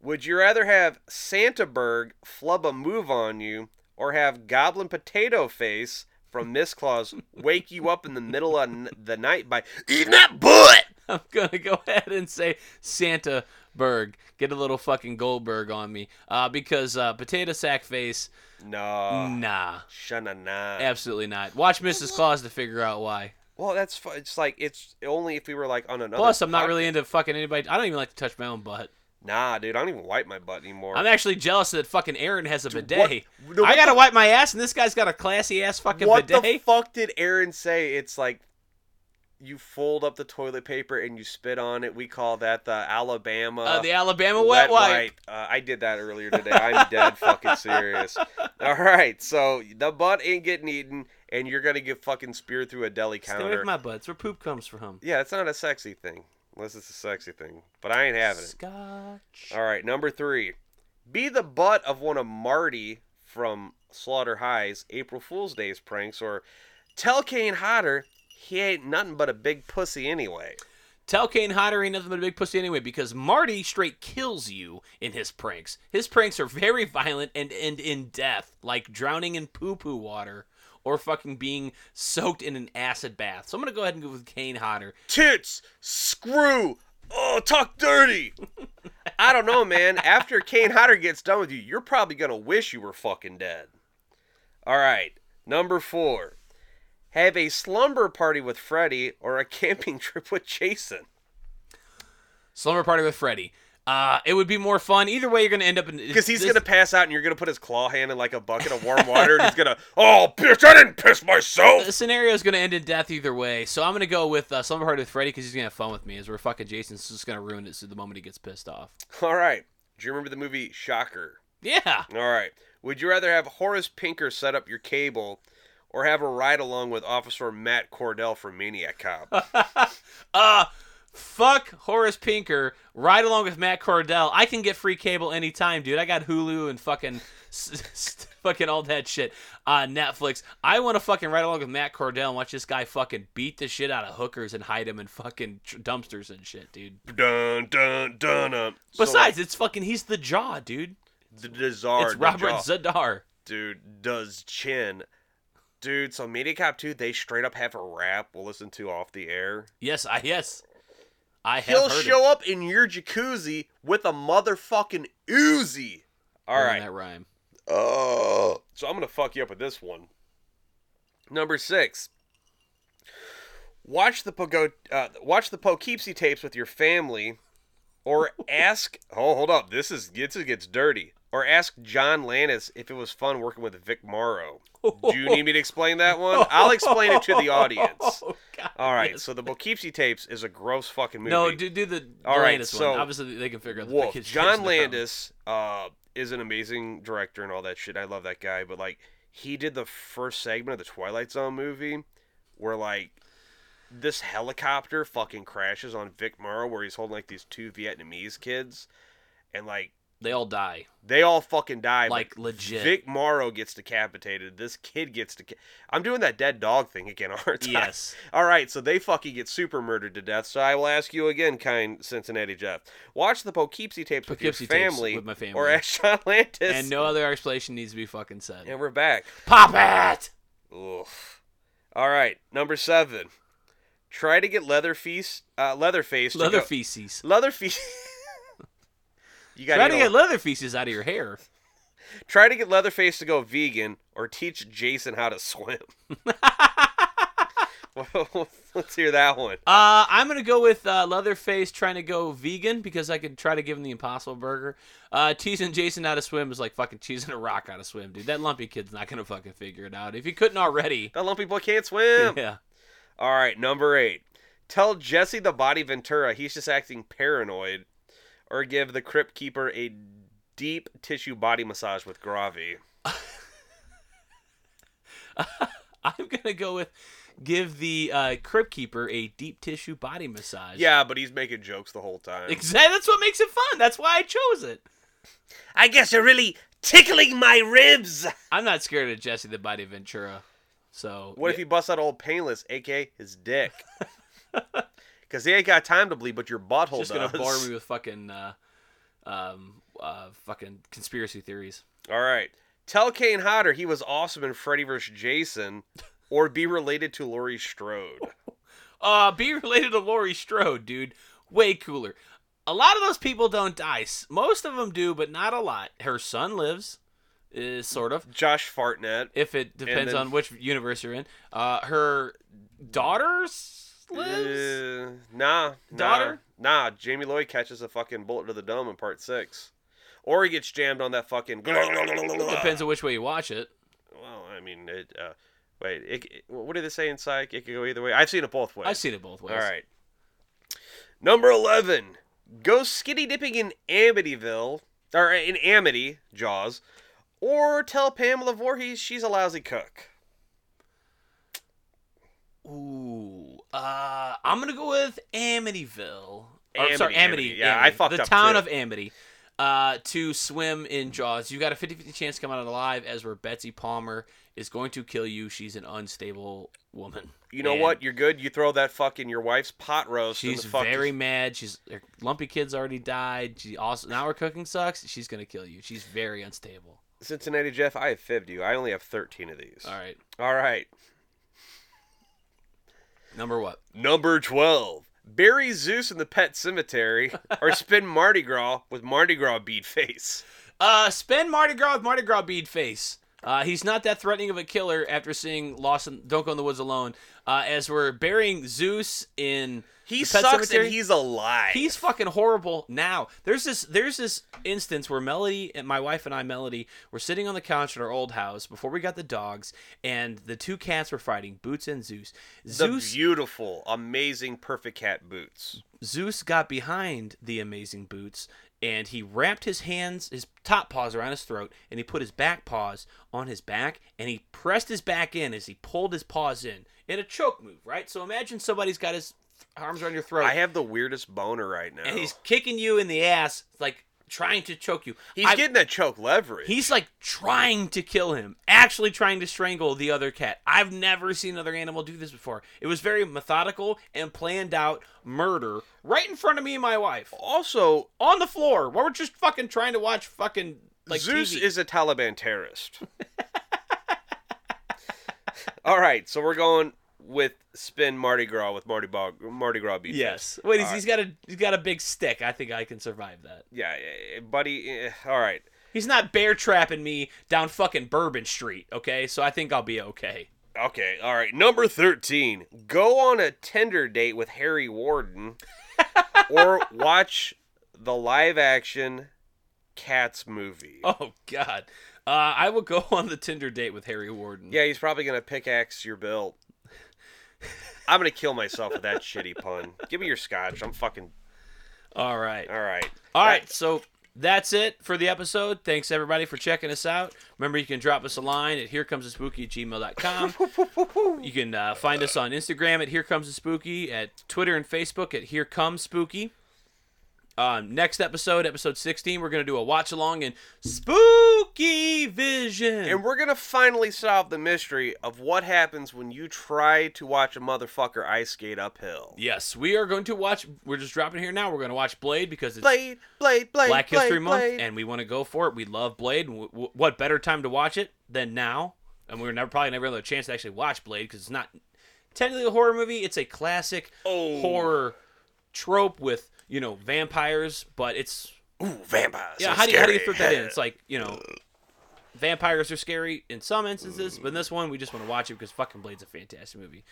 Would you rather have Santaberg flub a move on you or have Goblin Potato Face from Miss Claus wake you up in the middle of n- the night by eating that butt? I'm gonna go ahead and say Santa Berg. Get a little fucking Goldberg on me, uh, because uh, potato sack face. No. nah, Shana nah. absolutely not. Watch Mrs. Claus to figure out why. Well, that's fu- it's like it's only if we were like on another. Plus, I'm not pod- really into fucking anybody. I don't even like to touch my own butt. Nah, dude, I don't even wipe my butt anymore. I'm actually jealous that fucking Aaron has a bidet. what- no, I what gotta the- wipe my ass, and this guy's got a classy ass fucking what bidet. the fuck did Aaron say? It's like you fold up the toilet paper and you spit on it. We call that the Alabama. Uh, the Alabama wet, wipe. Uh, I did that earlier today. I'm dead fucking serious. All right, so the butt ain't getting eaten, and you're gonna get fucking speared through a deli Stay away counter. from my butts where poop comes from. yeah, it's not a sexy thing, unless it's a sexy thing. But I ain't having it. Scotch. All right, number three, be the butt of one of Marty from Slaughter High's April Fool's Day's pranks, or tell Kane Hodder he ain't nothing but a big pussy anyway. Tell Kane Hodder ain't nothing but a big pussy anyway because Marty straight kills you in his pranks. His pranks are very violent and end in death, like drowning in poo poo water or fucking being soaked in an acid bath. So I'm going to go ahead and go with Kane Hodder. tits, screw, oh, talk dirty. I don't know, man. After Kane Hodder gets done with you, you're probably going to wish you were fucking dead. All right, number four. Have a slumber party with Freddy or a camping trip with Jason. Slumber Party with Freddy. Uh, it would be more fun. Either way, you're going to end up in. Because he's this- going to pass out and you're going to put his claw hand in like a bucket of warm water and he's going to, oh, bitch, I didn't piss myself. The scenario is going to end in death either way, so I'm going to go with uh, Slumber Party with Freddy because he's going to have fun with me. As we're fucking Jason's just going to ruin it so the moment he gets pissed off. All right. Do you remember the movie Shocker? Yeah, All right. Would you rather have Horace Pinker set up your cable or have a ride along with Officer Matt Cordell from Maniac Cop? uh, fuck Horace Pinker. Ride along with Matt Cordell. I can get free cable anytime, dude. I got Hulu and fucking, s- s- fucking all that shit on Netflix. I want to fucking ride along with Matt Cordell and watch this guy fucking beat the shit out of hookers and hide him in fucking tr- dumpsters and shit, dude. dun, dun, dun. Um. Besides, it's fucking he's the jaw, dude. the Dazar, It's Robert jaw, Zadar. dude, does chin. Dude, so Maniac Cop 2, they straight up have a rap we'll listen to off the air. Yes, I yes. I have He'll heard show up in your jacuzzi with a motherfucking Uzi. All right. that rhyme. Oh. So I'm going to fuck you up with this one. Number six. Watch the Pogo, uh, watch the Poughkeepsie tapes with your family, or ask. oh, hold up. This is gets it gets dirty. Or ask John Lannis if it was fun working with Vic Morrow. Do you need me to explain that one? I'll explain it to the audience. Oh god. All right. So the Poughkeepsie tapes is a gross fucking movie. No, do do the All the right, Landis so- one. Obviously they can figure out the Wolf. package John no problem. Landis uh, is an amazing director and all that shit. I love that guy, but like he did the first segment of the Twilight Zone movie where like this helicopter fucking crashes on Vic Morrow where he's holding like these two Vietnamese kids and like They all die. they all fucking die. but Like legit. Vic Morrow gets decapitated. This kid gets deca- I'm doing that dead dog thing again, aren't I? Yes. All right, so they fucking get super murdered to death. So I will ask you again, kind Cincinnati Jeff. Watch the Poughkeepsie tapes Poughkeepsie with your tapes family, with my family. or ask John Lantis. And no other explanation needs to be fucking said. And we're back. Pop it! Oof. All right, number seven. Try to get Leatherface. Uh, Leatherface. to Leather go- feces. Leatherface. you got Try to get leather feces out of your hair. Try to get Leatherface to go vegan or teach Jason how to swim. Well, Let's hear that one. Uh, I'm gonna go with uh, Leatherface trying to go vegan because I could try to give him the Impossible Burger. Uh, teasing Jason how to swim is like fucking teasing a rock how to swim, dude. That lumpy kid's not gonna fucking figure it out. If he couldn't already, That lumpy boy can't swim. yeah. All right, number eight. Tell Jesse the Body Ventura he's just acting paranoid, or give the Crypt Keeper a deep tissue body massage with Gravi. I'm gonna go with give the uh, Crypt Keeper a deep tissue body massage. Yeah, but he's making jokes the whole time. exactly. That's what makes it fun. That's why I chose it. I guess you're really tickling my ribs. I'm not scared of Jesse the Body Ventura, so What if he busts out old painless, aka his dick? Because he ain't got time to bleed, but your butthole just does. gonna bore me with fucking uh, um, uh, fucking conspiracy theories. All right. Tell Kane Hodder he was awesome in Freddy vs. Jason, or be related to Laurie Strode. Uh, be related to Laurie Strode, dude. Way cooler. A lot of those people don't die. S- Most of them do, but not a lot. Her son lives, is sort of. Josh Fartnet. If it depends then- on which universe you're in. Uh, her daughters lives. Uh, nah, nah, Daughter? Nah, Jamie Lloyd catches a fucking bullet to the dome in part six. Or he gets jammed on that fucking. Depends. depends on which way you watch it. Well, I mean, it, uh, Wait, it, it- what did they say in Psych? It could go either way. I've seen it both ways. I've seen it both ways. All right. Number 11. Go skinny dipping in Amityville, or in Amity, Jaws, or tell Pamela Voorhees she's a lousy cook. Ooh. Uh, I'm gonna go with Amityville. Or, I'm Amity, sorry, Amity. Oh, Amity. Yeah, I Amity. fucked the up, town too. of Amity. Uh, to swim in Jaws. You got a 50 50 chance to come out alive, as where Betsy Palmer is going to kill you. She's an unstable woman. You know And what? You're good. You throw that fuck in your wife's pot roast. and She's the fuck very is- mad. She's her lumpy kids already died. She also now her cooking sucks. She's gonna kill you. She's very unstable. Cincinnati Jeff, I have fibbed you. I only have 13 of these. All right, All right. number what? Number 12. Bury Zeus in the pet cemetery or spin Mardi Gras with Mardi Gras bead face. Uh, spend Mardi Gras with Mardi Gras bead face. Uh, he's not that threatening of a killer after seeing Lawson. Don't go in the woods alone. Uh, as we're burying Zeus in He the pet sucks cemetery. and he's alive. He's fucking horrible now. There's this there's this instance where Melody and my wife and I, Melody, were sitting on the couch at our old house before we got the dogs, and the two cats were fighting, Boots and Zeus. the Zeus beautiful, amazing, perfect cat boots. Zeus got behind the amazing boots and he wrapped his hands, his top paws around his throat, and he put his back paws on his back and he pressed his back in as he pulled his paws in in a choke move, right? So imagine somebody's got his th- arms around your throat I have the weirdest boner right now. and he's kicking you in the ass, like trying to choke you. He's I- getting that choke leverage. He's like trying to kill him, actually trying to strangle the other cat. I've never seen another animal do this before. It was very methodical and planned out murder right in front of me and my wife also on the floor. Where we're just fucking trying to watch fucking like Zeus TV. is a Taliban terrorist. All right, so we're going with spin Mardi Gras with Mardi Bog, Mardi Gras beat. yes. Wait, he's, All he's got a he's got a big stick. I think I can survive that. Yeah, eh, buddy. eh, All right. He's not bear trapping me down fucking Bourbon Street, okay? So I think I'll be okay. Okay, all right. Number 13. Go on a Tinder date with Harry Warden or watch the live action Cats movie. Oh God, uh, I will go on the Tinder date with Harry Warden. Yeah, he's probably going to pickaxe your bill. I'm going to kill myself with that shitty pun. Give me your scotch. I'm fucking. All right. All right. All right, so that's it for the episode. Thanks everybody for checking us out. Remember, you can drop us a line at herecomesthespooky at gmail.com. you can uh, find us on Instagram at Here Comes the Spooky, at Twitter and Facebook at Here Comes Spooky. Um, next episode, episode 16, we're going to do a watch along in Spooky Vision. And we're going to finally solve the mystery of what happens when you try to watch a motherfucker ice skate uphill. yes, we are going to watch, we're just dropping it here now. We're going to watch Blade because it's Blade, blade, blade. Black blade, History Month, blade. and we want to go for it. We love Blade. and W- w- what better time to watch it than now? And we were never probably never gonna have a chance to actually watch Blade because it's not technically a horror movie. It's a classic Oh. horror trope with you know vampires, but it's Ooh, vampires. yeah. so how do you, how do you scary. fit that in? It's like you know. Vampires are scary in some instances, but in this one we just want to watch it because fucking Blade's a fantastic movie.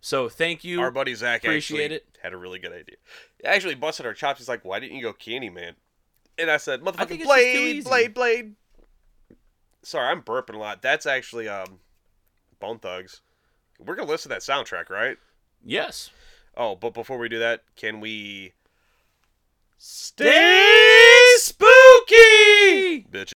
So thank you. Our buddy Zach Appreciate actually it. had a really good idea. He Actually, busted our chops. He's like, "Why didn't you go Candyman?" And I said, I think "Motherfucking it's just too blade, easy." blade, blade." Sorry, I'm burping a lot. That's actually um, Bone Thugs. We're gonna listen to that soundtrack, right? yes. Oh, but before we do that, can we Stay spooky. bitches?